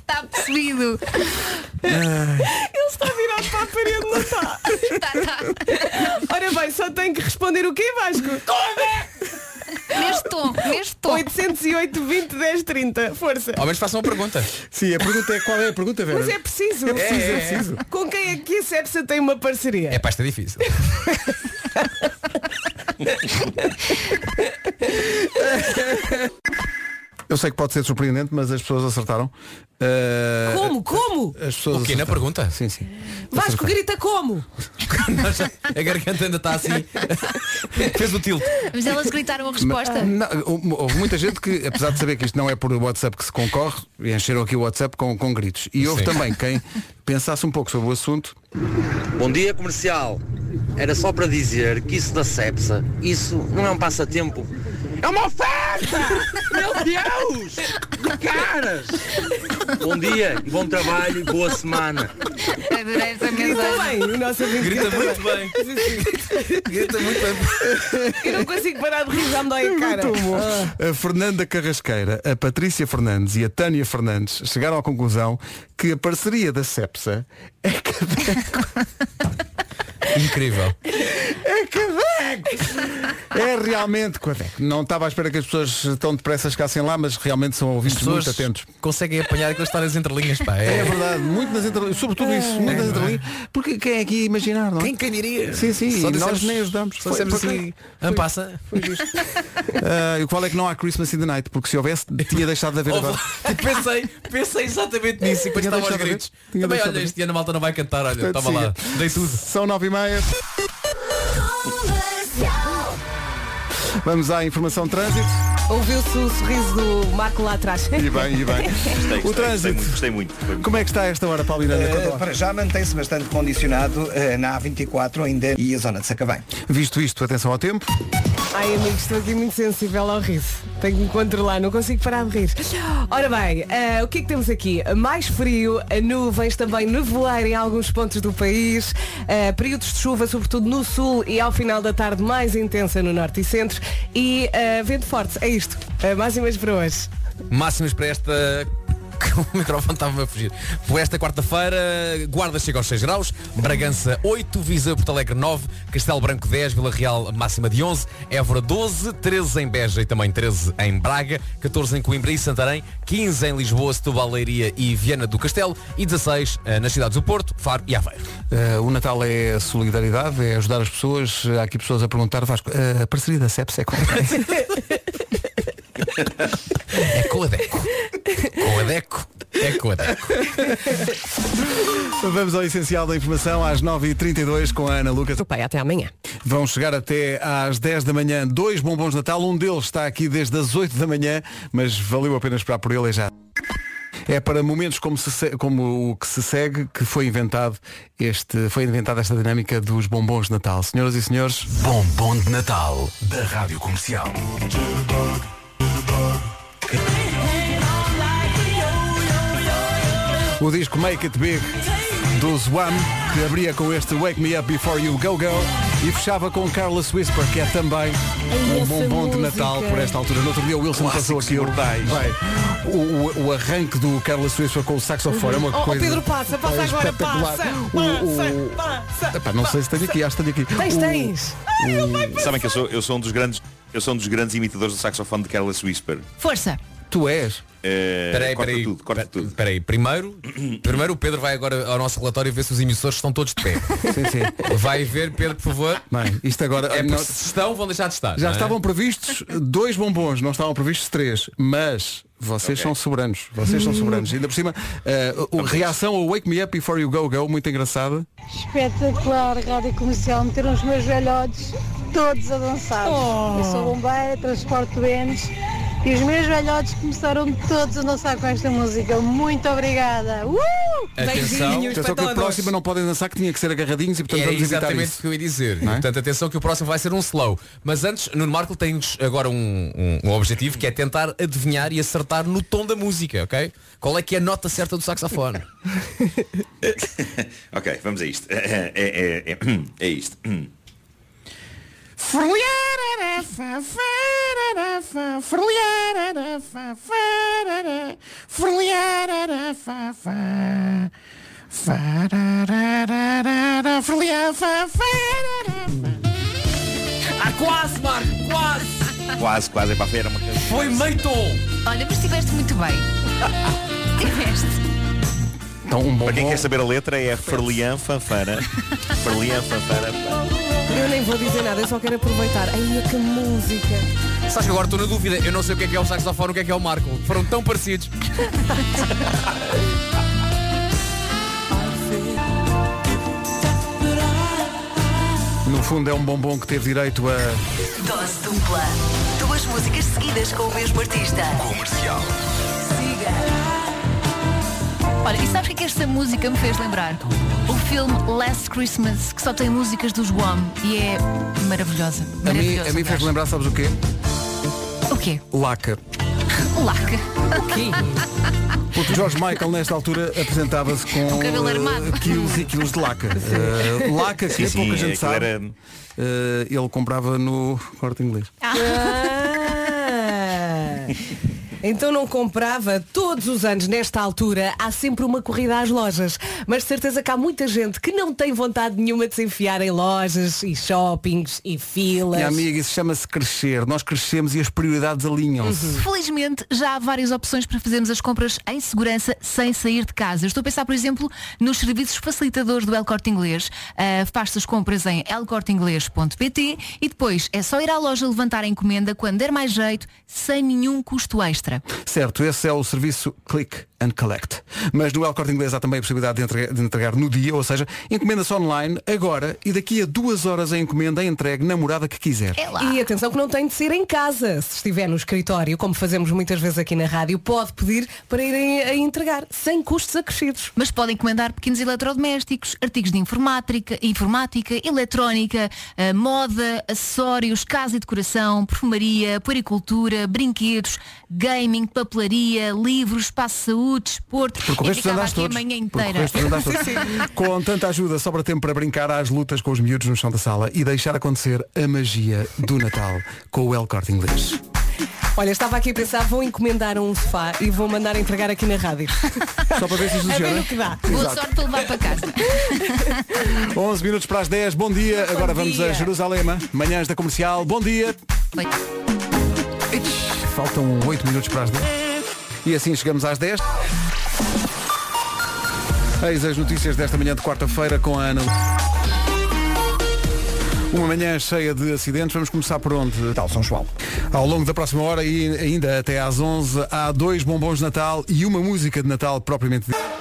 Está percebido.
Ele está virado para a parede, não está? Ora bem, só tenho que responder o quê, Vasco?
Neste tom, neste tom.
808 20 10 30. Força.
Ao menos façam uma pergunta.
Sim, a pergunta é qual é a pergunta, Vera?
Mas é preciso.
É preciso, é preciso.
Com quem é que a Cepsa tem uma parceria?
É pá, isto é difícil.
Eu sei que pode ser surpreendente, mas as pessoas acertaram. Uh,
Como? Como?
As pessoas
O quê? Na
acertaram.
pergunta?
Sim, sim.
Vasco grita como?
a garganta ainda está assim. Fez o tilt.
Mas elas gritaram a resposta.
Não, houve- houve muita gente que, apesar de saber que isto não é por WhatsApp que se concorre, encheram aqui o WhatsApp com, com gritos. E houve
Sim.
também quem pensasse um pouco sobre o assunto.
Bom dia, comercial. Era só para dizer que isso da sepsa, isso não é um passatempo.
É uma oferta! Meu Deus! Caras! Bom dia, e bom trabalho e boa semana.
Adorei esta
Grita
mensagem.
bem, o nosso amigo
Grita muito bem. Grita muito bem.
Eu não consigo parar de rir, já me
É
dói a cara. Ah.
A Fernanda Carrasqueira, a Patrícia Fernandes e a Tânia Fernandes chegaram à conclusão que a parceria da Cepsa é cadeco.
Incrível.
É cadeco. É realmente cadeco. Não estava à espera que as pessoas tão depressa chegassem lá, mas realmente são ouvintes muito atentos.
Conseguem apanhar aquilo que está nas entrelinhas, pá.
É, verdade, muito nas entrelinhas, sobretudo isso,
É,
muito nas entrelinhas. Porque quem é que ia imaginar, não é?
Quem, quem diria?
Sim, sim,
Só
e nós
dissemos-
nem ajudamos.
Só
Foi-
dissemos
porque-
assim, ampassa.
Ah, e o qual é que não há Christmas in the Night? Porque se houvesse, tinha deixado de haver agora.
pensei, pensei exatamente nisso enquanto
Tinha
estava aos
deixado de
gritos.
ver. Tinha
Também,
deixado
olha,
de ver.
este ano a malta não vai cantar, olha,
Portanto,
estava lá.
siga.
Dei tudo.
São nove e meia. Vamos à informação de trânsito.
Ouviu-se o sorriso do Marco lá atrás.
E bem, e bem.
Gostei, gostei,
o
gostei
trânsito.
muito, gostei muito. Foi muito.
Como é que está esta hora, Paulo Miranda? Conta
Eh,
lá.
para já mantém-se bastante condicionado eh, na A24 ainda e a zona de Sacavém.
Visto isto, atenção ao tempo.
Ai, amigo, estou aqui muito sensível ao riso. Tenho que me controlar, não consigo parar de rir. Ora bem, ah, o que é que temos aqui? Mais frio, ah, nuvens também nevoeiro em alguns pontos do país, ah, períodos de chuva, sobretudo no sul e ao final da tarde mais intensa no norte e centro e ah, vento forte. É isto. Ah, máximas para hoje.
Máximas para esta. O microfone estava a fugir. Por esta quarta-feira, Guarda chega aos 6 graus, Bragança 8, Viseu e Porto Alegre 9, Castelo Branco 10, Vila Real máxima de 11, Évora 12, 13 em Beja e também 13 em Braga, 14 em Coimbra e Santarém, 15 em Lisboa, Setúbal, Leiria e Viana do Castelo e 16 eh, nas cidades do Porto, Faro e Aveiro.
Eh, o Natal é solidariedade, é ajudar as pessoas. Há aqui pessoas a perguntar, Vasco, eh, a parceria da CEPS é com quem?
É com a Deco. Com a Deco. É com a Deco.
Vamos ao essencial da informação às 9h32 com a Ana Lucas.
Pai, até amanhã.
Vão chegar até às 10 da manhã dois bombons de Natal. Um deles está aqui desde as 8 da manhã, mas valeu a pena esperar por ele é já. É para momentos como, se se- como o que se segue que foi inventado este, foi inventada esta dinâmica dos bombons de Natal. Senhoras e senhores. Bombom de Natal da Rádio Comercial. O disco Make It Big dos Wham, que abria com este Wake Me Up Before You Go Go e fechava com Carlos Whisper, que é também um
essa
bombom de
música.
Natal por esta altura. No outro dia o Wilson passou aqui o, Bem, o, o- o arranque do Carlos Whisper com o saxofone é uma
Oh,
coisa.
Pedro, passa, passa
é
agora,
espetacular.
passa,
O- o-
passa,
Epá, não sei se tenho aqui, acho que tenho aqui.
Tens,
O-
tens.
Sabem que eu sou, eu sou um dos grandes, eu sou um dos grandes imitadores do saxofone de Careless Whisper.
Força.
Tu és?
Eh,
Peraí,
corta
peraí.
tudo, corta tudo.
Espera aí, primeiro, primeiro o Pedro vai agora ao nosso relatório ver se os emissores estão todos de pé.
Sim, sim.
Vai ver, Pedro, por favor.
Bem, isto agora.
É porque
não-
se estão, vão deixar de estar.
Já
não é?
estavam previstos dois bombons, não estavam previstos três, mas vocês são soberanos, vocês são soberanos. Ainda por cima, eh, o- reação ao Wake Me Up Before You Go Go, muito engraçada.
Espetacular, rádio comercial, meteram os meus velhotes todos a dançar.
Oh.
Eu sou bombeira, transporto bens e os meus velhotes começaram todos a dançar com esta música. Muito obrigada! Uh!
É
Atenção,
Atenção que a próxima não podem dançar, que tinha que ser agarradinhos e portanto
Era
vamos evitar
É exatamente
isso. é?
o que eu ia dizer. Portanto, atenção que o próximo vai ser um slow. Mas antes, Nuno Marco, tens agora um, um- um objetivo que é tentar adivinhar e acertar no tom da música, ok? Qual é que é a nota certa do saxofone?
Ok, vamos a isto. É, é, é, é isto.
Ah, quase, Marco, quase!
Quase, quase é para a feira. Uma... coisa-
Foi meio tom!
Olha, mas estiveste muito bem. Tiveste.
Então, um
Para quem quer saber a letra é Ferlian Fanfara. Ferlian Fanfara.
Eu nem vou dizer nada, eu só quero aproveitar. Ai, é que música.
Sabes que agora estou na dúvida, eu não sei o que é que é o saxofone, o que é que é o Marco. Foram tão parecidos.
No fundo é um bombom que teve direito a.
Dose dupla. Duas músicas seguidas com o mesmo artista. Comercial.
Olha, e sabes o que é que esta música me fez lembrar? O filme Last Christmas, que só tem músicas dos Wham e é maravilhosa.
A mim,
Maravilhosa.
a mim fez lembrar, sabes o quê?
O quê?
Laca.
Laca. O quê?
Porque George Michael, nesta altura, apresentava-se com
Um cabelo armado.
eh, quilos e quilos de laca.
Sim.
Eh, laca que
Sim, sim,
pouca gente
aquilo
sabe.
era-
eh, ele comprava no corte inglês.
Ah. Então não comprava todos os anos nesta altura, há sempre uma corrida às lojas. Mas de certeza que há muita gente que não tem vontade nenhuma de se enfiar em lojas e shoppings e filas.
Minha amiga, isso chama-se crescer. Nós crescemos e as prioridades alinham-se.
Uhum. Felizmente já há várias opções para fazermos as compras em segurança sem sair de casa. Eu estou a pensar, por exemplo, nos serviços facilitadores do El Corte Inglês. Uh, Faz-se as compras em elcorteinglês.pt e depois é só ir à loja levantar a encomenda quando der mais jeito, sem nenhum custo extra.
Certo, esse é o serviço Click and Collect. Mas no El Corte Inglês há também a possibilidade de entregar, de entregar no dia, ou seja, encomenda-se online agora e daqui a duas horas a encomenda é entregue na morada que quiser.
É,
E atenção que não tem de ser em casa. Se estiver no escritório, como fazemos muitas vezes aqui na rádio, pode pedir para irem a entregar, sem custos acrescidos.
Mas podem encomendar pequenos eletrodomésticos, artigos de informática, informática eletrónica, eh, moda, acessórios, casa e decoração, perfumaria, puericultura, brinquedos, gaming, papelaria, livros, espaço de saúde, desporto.
Porque o
Eu
resto
ficava
andaste
aqui
todos.
a manhã
Porque o
inteira.
resto andaste todos. Com tanta ajuda, sobra tempo para brincar às lutas com os miúdos no chão da sala e deixar acontecer a magia do Natal com o El Corte Inglês.
Olha, estava aqui a pensar, vou encomendar um sofá e vou mandar entregar aqui na rádio.
Só para ver se isso
A ver
funciona.
o que dá.
Boa Exato.
sorte para levar para casa.
11 minutos para as 10, bom dia. Agora vamos a Jerusalema, manhãs da comercial, bom dia. Ixi, Faltam 8 minutos para as 10. E assim chegamos às 10. Eis as notícias desta manhã de quarta-feira com a Ana. Uma manhã cheia de acidentes, vamos começar por onde? Tal, São João. Ao longo da próxima hora e ainda até às 11, há dois bombons de Natal e uma música de Natal propriamente dita.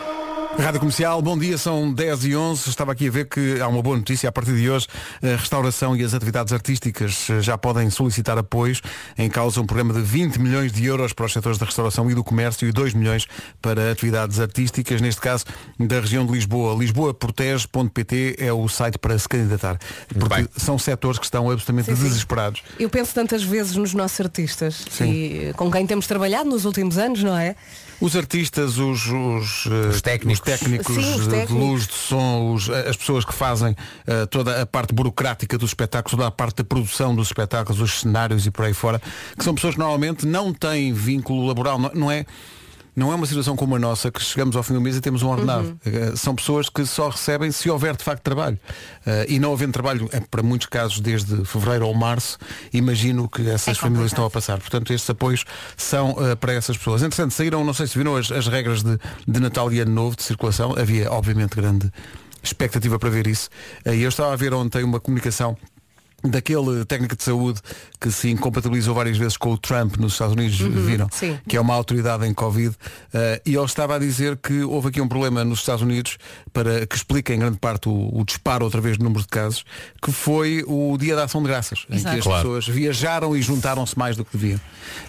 Rádio Comercial, bom dia, são 10 e 11 Estava aqui a ver que há uma boa notícia A partir de hoje, a restauração e as atividades artísticas eh, Já podem solicitar apoios Em causa um programa de 20 milhões de euros Para os setores da restauração e do comércio E 2 milhões para atividades artísticas Neste caso, da região de Lisboa Lisboaprotege.pt é o site para se candidatar Porque são setores que estão absolutamente desesperados
Eu penso tantas vezes nos nossos artistas e eh, com quem temos trabalhado nos últimos anos, não é?
Os artistas, os, os, eh, os técnicos,
Sim, os
de- de
técnicos.
luz, de som, os- as pessoas que fazem eh, toda a parte burocrática dos espetáculos, toda a parte da produção dos espetáculos, os cenários e por aí fora, que são pessoas que normalmente não têm vínculo laboral, não, não é? Não é uma situação como a nossa, que chegamos ao fim do mês e temos um ordenado.
Uhum.
Eh, São pessoas que só recebem se houver de facto trabalho. Eh, e não havendo trabalho, eh, para muitos casos, desde fevereiro ou março, imagino que essas famílias estão a passar. Portanto, estes apoios são eh, para essas pessoas. Entretanto, saíram, não sei se viram as, as regras de, de Natal e Ano Novo de circulação. Havia, obviamente, grande expectativa para ver isso. Eh, E eu estava a ver ontem uma comunicação daquele técnico de saúde que se incompatibilizou várias vezes com o Trump nos Estados Unidos, viram?
sim.
que é uma autoridade em Covid, eh, e ele estava a dizer que houve aqui um problema nos Estados Unidos, para que explica em grande parte o, o disparo outra vez do número de casos, que foi o dia da ação de graças, em
Exato.
que as
Claro.
pessoas viajaram e juntaram-se mais do que deviam.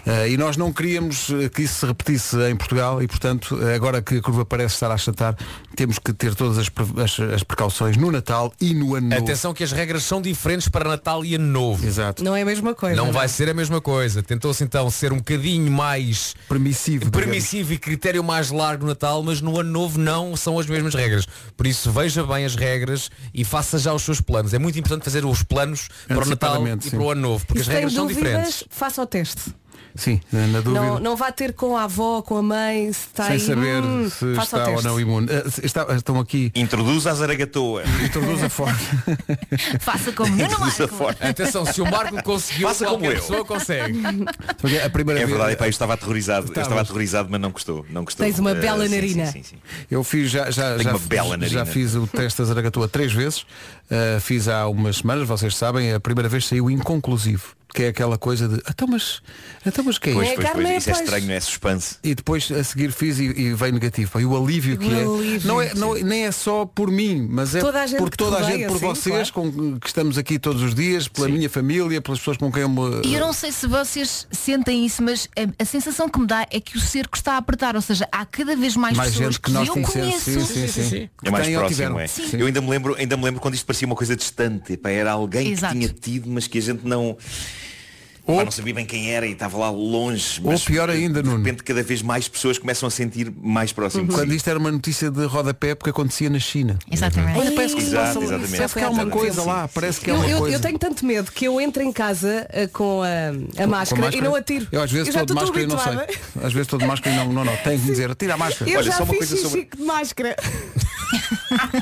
Eh, e nós não queríamos eh, que isso se repetisse em Portugal e, portanto, eh, agora que a curva parece estar a achatar, temos que ter todas as, pre- as- as precauções no Natal e no ano novo.
Atenção que as regras são diferentes para Natal e Ano Novo.
Exato.
Não é a mesma coisa.
Não vai ser a mesma coisa. Tentou-se então ser um bocadinho mais
permissivo,
permissivo e critério mais largo no Natal, mas no ano novo não são as mesmas regras. Por isso veja bem as regras e faça já os seus planos. É muito importante fazer os planos para o Natal
Antecipadamente,
e
sim.
para o ano novo, porque
E se
as
tem
regras são diferentes.
dúvidas, faça o teste.
Sim, na dúvida.
Não, não vá ter com a avó, com a mãe, se está
Sem
aí,
saber
hum,
se
faça o
está ou
teste.
não imune. Eh, se está- estão aqui.
Introduz a zaragatoa.
Introduz a forma.
Faça como Nuno
Introduz a forma.
Atenção, se o Marco conseguiu,
Faça como
qualquer
eu.
pessoa consegue.
a primeira
é
vez-
verdade, pá, eu estava aterrorizado. Eu estava
Estavas.
aterrorizado, mas não gostou. Não gostou.
Tens uma
Eh,
bela
sim, sim,
narina.
sim, sim.
Eu fiz já, já,
Tenho
já,
uma
fiz-
bela narina.
já fiz o teste da Zaragatua três vezes. Uh, fiz há umas semanas, vocês sabem, a primeira vez saiu inconclusivo. Que é aquela coisa de. Então, mas. Então, mas que é
Pois,
isto?"
pois, pois, isso é estranho, é suspense.
E depois a seguir fiz e, e veio negativo. Pá, E o alívio que
O
é.
alívio,
Não é não- nem é só por mim, mas é
Toda a gente
por
que
toda
te
a gente,
rodeia,
por
sim,
vocês, com, que estamos aqui todos os dias, pela minha família, pelas pessoas com quem eu me.
E eu não sei se vocês sentem isso, mas a, a sensação que me dá é que o cerco está a apertar, ou seja, há cada vez mais, pessoas eu conheço.
É mais
Têm ou tiveram.
próximo, é.
Sim.
Eu ainda me, lembro, ainda me lembro quando isto parecia uma coisa distante. Pá, era alguém
Exato.
que tinha tido, mas que a gente não. Pá, não sabia bem quem era e estava lá longe.
Ou
Mas
pior ainda,
de repente cada vez mais pessoas começam a sentir mais próximo. de si.
Quando isto era uma notícia de rodapé porque acontecia na China.
Exatamente.
Olha, parece que, se
Exato,
passa-
exatamente.
parece que há uma coisa lá, Ah, parece que há
eu,
uma
eu-
coisa.
eu tenho tanto medo que eu entro em casa eh, com a, a máscara, e não atiro.
Eu às vezes
já
estou de
estou
máscara e não
habituada.
sei. Às vezes estou de máscara e não, não, não. Tenho que dizer, tira a máscara.
Eu já fiz xixi de máscara.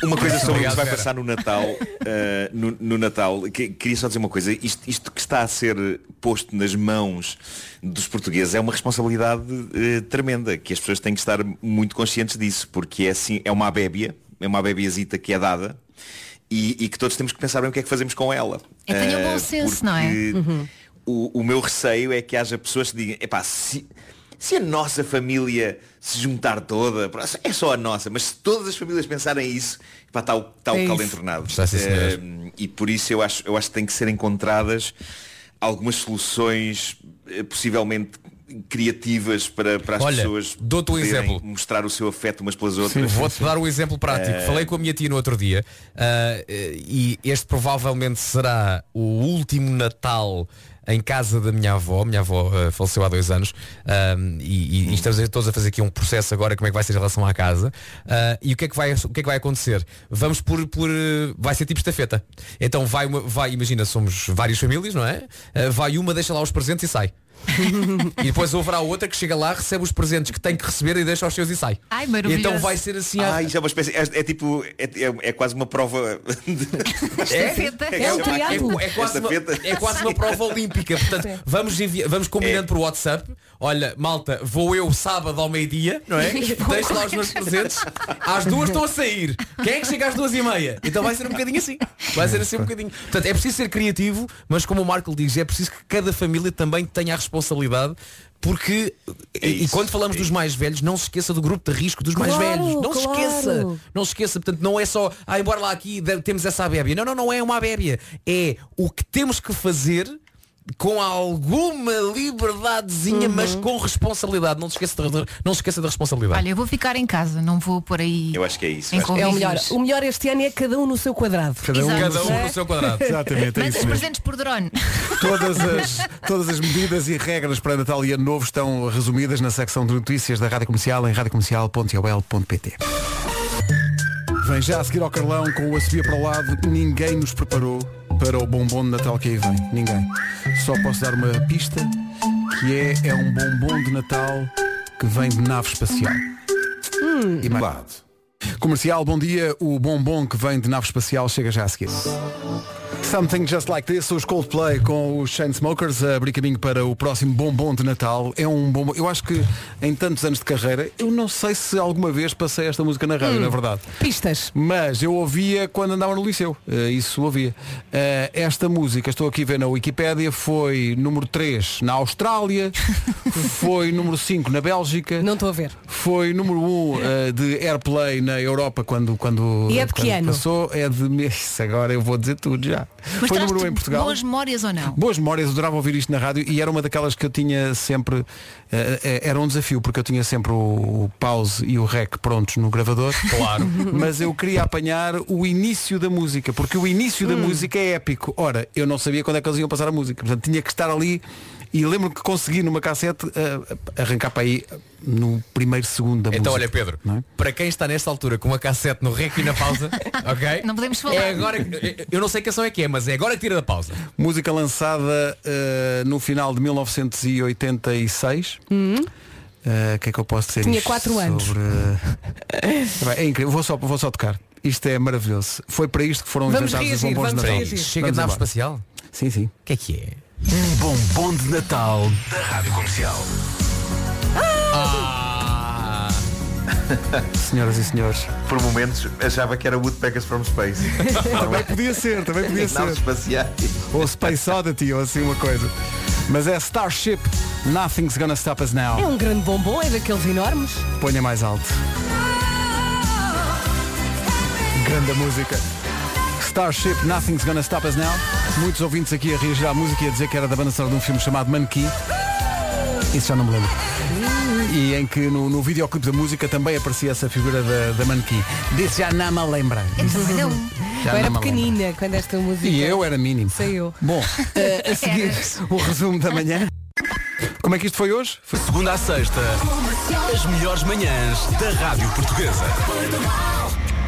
Uma coisa sobre o que
Obrigado,
se vai
Vera.
passar no Natal, eh, no, no Natal, que- queria só dizer uma coisa, isto, isto que está a ser posto nas mãos dos portugueses é uma responsabilidade eh, tremenda, que as pessoas têm que estar muito conscientes disso, porque é assim, é uma abébia, é uma abébiazita que é dada e, e que todos temos que pensar bem o que é que fazemos com ela.
É tenha
Eh,
bom senso, não é?
porque o, o meu receio é que haja pessoas que digam, epá, se, se a nossa família se juntar toda, pá, é só a nossa, mas se todas as famílias pensarem isso, epá, está o, está
É
o caldo
isso.
entornado.
Está, sim, senhor.
Eh, e por isso eu acho, eu acho que têm que ser encontradas algumas soluções eh, possivelmente criativas para, para as
Olha,
pessoas
dou-te um
poderem
exemplo.
mostrar o seu afeto umas pelas outras.
Sim, vou-te dar um exemplo prático.
Eh,
Falei com a minha tia no outro dia ah, eh, e este provavelmente será o último Natal em casa da minha avó. Minha avó ah, faleceu há dois anos ah, e, e- e estamos todos a fazer aqui um processo agora como é que vai ser em relação à casa. Ah, e o que, é que vai, o que é que vai acontecer? Vamos por, por eh, vai ser tipo estafeta. Então vai, uma- vai imagina, somos várias famílias, não é? Ah, vai uma, deixa lá os presentes e sai. e depois haverá outra que chega lá, recebe os presentes que tem que receber e deixa os seus e sai.
Ai,
Então vai ser assim. a-
Ah, isso é uma espécie. É, é tipo. É, é- é quase uma prova. de-
É, uma- é- é quase uma,
Estafeta.
é quase uma prova olímpica. Portanto, vamos, envia- vamos combinando por WhatsApp. Olha, malta, vou eu sábado ao meio-dia, não é?
E vou
Deixo lá
correr.
os meus presentes. Às duas estou a sair. Quem é que chega às duas e meia? Então vai ser um bocadinho assim. Vai ser assim um bocadinho. Portanto, é preciso ser criativo, mas como o Marco diz, é preciso que cada família também tenha a responsabilidade. Porque, e, e quando falamos dos mais velhos, não se esqueça do grupo de risco dos mais
Claro,
velhos. Não se
claro.
esqueça. Não se esqueça, portanto, não é só, ah, embora lá aqui de- temos essa abébia. Não, não, não é uma abébia. É o que temos que fazer com alguma liberdadezinha, mas
Uhum.
com responsabilidade. Não se esqueça de, não se esqueça da responsabilidade.
Olha, eu vou ficar em casa, não vou por aí.
acho que é isso.
Em acho que
É o
convívios.
melhor. O melhor este ano é cada um no seu quadrado.
Cada um no Exato. seu-
Não é?
no seu quadrado. Exatamente, é
Manda
isso
os
mesmo.
presentes por drone.
Todas as, todas as medidas e regras para Natal e Ano Novo estão resumidas na secção de notícias da Rádio Comercial em radiocomercial.iol.pt Vem já a seguir ao Carlão com o A Subia para o Lado. Ninguém nos preparou para o bombom de Natal que aí vem. Ninguém. Só posso dar uma pista que é, é um bombom de Natal que vem de nave espacial. E mais- Comercial, bom dia. O bombom que vem de nave espacial chega já a seguir. Something Just Like This, os Coldplay com os Chainsmokers a abrir caminho para o próximo bombom de Natal. É um bombom. Eu acho que em tantos anos de carreira, eu não sei se alguma vez passei esta música na rádio,
Hum.
na verdade.
Pistas.
Mas eu ouvia quando andava no liceu. Eh, isso ouvia. Eh, esta música, estou aqui a ver na Wikipédia, foi número 3 na Austrália, foi número 5 na Bélgica.
Não estou a ver.
Foi número 1 de airplay na Europa quando, quando,
E é de que
quando
ano?
passou. É de. Isso agora eu vou dizer tudo já. foi
Mas
um
traz-te
número 1 em Portugal.
boas memórias ou não?
Boas memórias, eu adorava ouvir isto na rádio e era uma daquelas que eu tinha sempre. eh, eh, era um desafio, porque eu tinha sempre o, o pause e o rec prontos no gravador.
Claro.
Mas eu queria apanhar o início da música, porque o início da
Hum.
música é épico. Ora, eu não sabia quando é que eles iam passar a música, portanto tinha que estar ali. E lembro que consegui numa cassete eh, arrancar para aí no primeiro segundo da
Então olha
música.
Pedro, para quem está nesta altura com uma cassete no rec e na pausa, ok?
Não podemos falar.
É agora que- eu não sei que ação é que é, mas é agora que tira da pausa.
Música lançada eh, no final de 1986.
Hum.
Eh, O que é que eu posso dizer?
Tinha
isto
quatro anos.
sobre- Tá bem, é incrível, vou só, vou só tocar. Isto é maravilhoso. Foi para isto que foram
Vamos
inventados os
reagir,
bombons de
vamos
Natal.
reagir.
Chega de nave
embora.
espacial?
Sim, sim.
O que é que é?
Um bombom de Natal da Rádio Comercial. Senhoras e senhores.
Ah. Por momentos achava que era Woodpeckers from Space.
também podia ser, também podia é? ser.
Naves espaciais.
Ou Space Oddity ou assim uma coisa. Mas é Starship, Nothing's Gonna Stop Us Now.
É um grande bombom, é daqueles enormes.
Ponha mais alto. Grande música. Starship, Nothing's Gonna Stop Us Now. Muitos ouvintes aqui a reagir à música e a dizer que era da banda sonora de um filme chamado Mannequin. Isso já não me lembro. E em que no, no videoclipe da música também aparecia essa figura da, da manequim. Disse já não me lembra. Já
Eu era
não me
pequenina quando esta música.
E eu era mínimo.
Saiu.
Bom, eh, a seguir o resumo da manhã. Como é que isto foi hoje?
Foi segunda à sexta, as melhores manhãs da Rádio Portuguesa.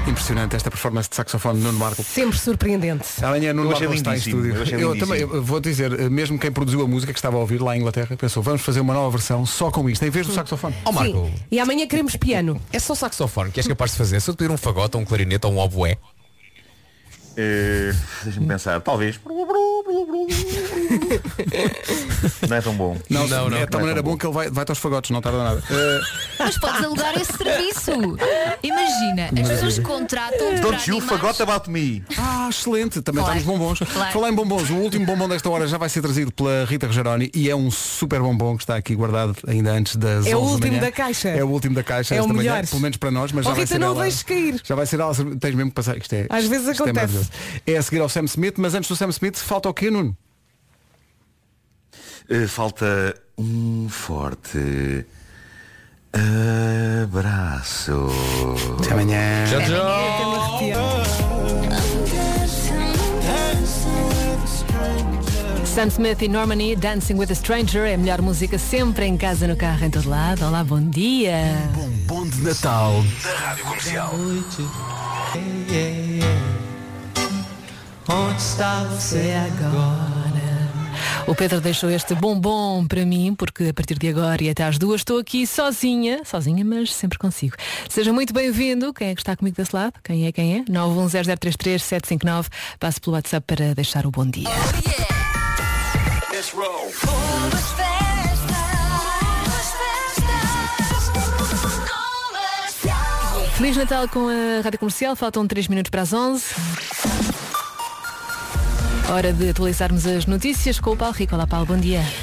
Impressionante esta performance de saxofone de Nuno Marco.
Sempre surpreendente.
Amanhã Nuno
Eu achei
Marco está em
lindíssimo,
estúdio.
eu achei
também
lindíssimo.
eu vou dizer, eh, mesmo quem produziu a música que estava a ouvir lá em Inglaterra, pensou, vamos fazer uma nova versão só com isto, em vez do saxofone.
Oh,
Ó Marco,
E amanhã queremos piano.
é só saxofone que és capaz de fazer? Se eu te pedir um fagote, um clarinete ou um oboé?
Eh, Deixa-me pensar, talvez. Não é tão bom.
Não, não, não. É de tal maneira bom que ele vai, vai aos fagotes, não tarda nada. Eh,
Mas podes alugar esse serviço. Imagina, as pessoas contratam
Don't you
animais.
forgot about me. Ah, excelente. Também
Claro.
está nos bombons.
Claro.
Falar em bombons, o último bombom desta hora já vai ser trazido pela Rita Rogeroni e é um super bombom que está aqui guardado ainda antes das
É o
11
último
manhã.
da caixa.
É o último da caixa
É
esta
o
manhã,
melhor.
pelo menos para nós, mas
Oh,
já vai
Rita,
ser
não
ela-
deixes cair.
Já vai ser ela, tens mesmo que passar. Isto é,
Às vezes
isto é
acontece.
maravilhoso. É, a seguir ao Sam Smith, mas antes do Sam Smith falta o quê, Nuno?
Eh, falta um forte abraço. Até
amanhã.
Tchau,
Sam Smith e Normani, Dancing with a Stranger, é a melhor música sempre, em casa, no carro, em todo lado. Olá, bom dia.
Um Bom de Natal da Rádio Comercial.
Onde está você agora? O Pedro deixou este bombom para mim, porque a partir de agora e até às duas estou aqui sozinha, sozinha, mas sempre consigo. Seja muito bem-vindo. Quem é que está comigo desse lado? Quem é, quem é? 910033759. Passo pelo WhatsApp para deixar o bom dia.
Oh,
Feliz Natal com a Rádio Comercial, faltam 3 minutos para as 11. Hora de atualizarmos as notícias com o Paulo Rico. Olá Paulo, bom dia.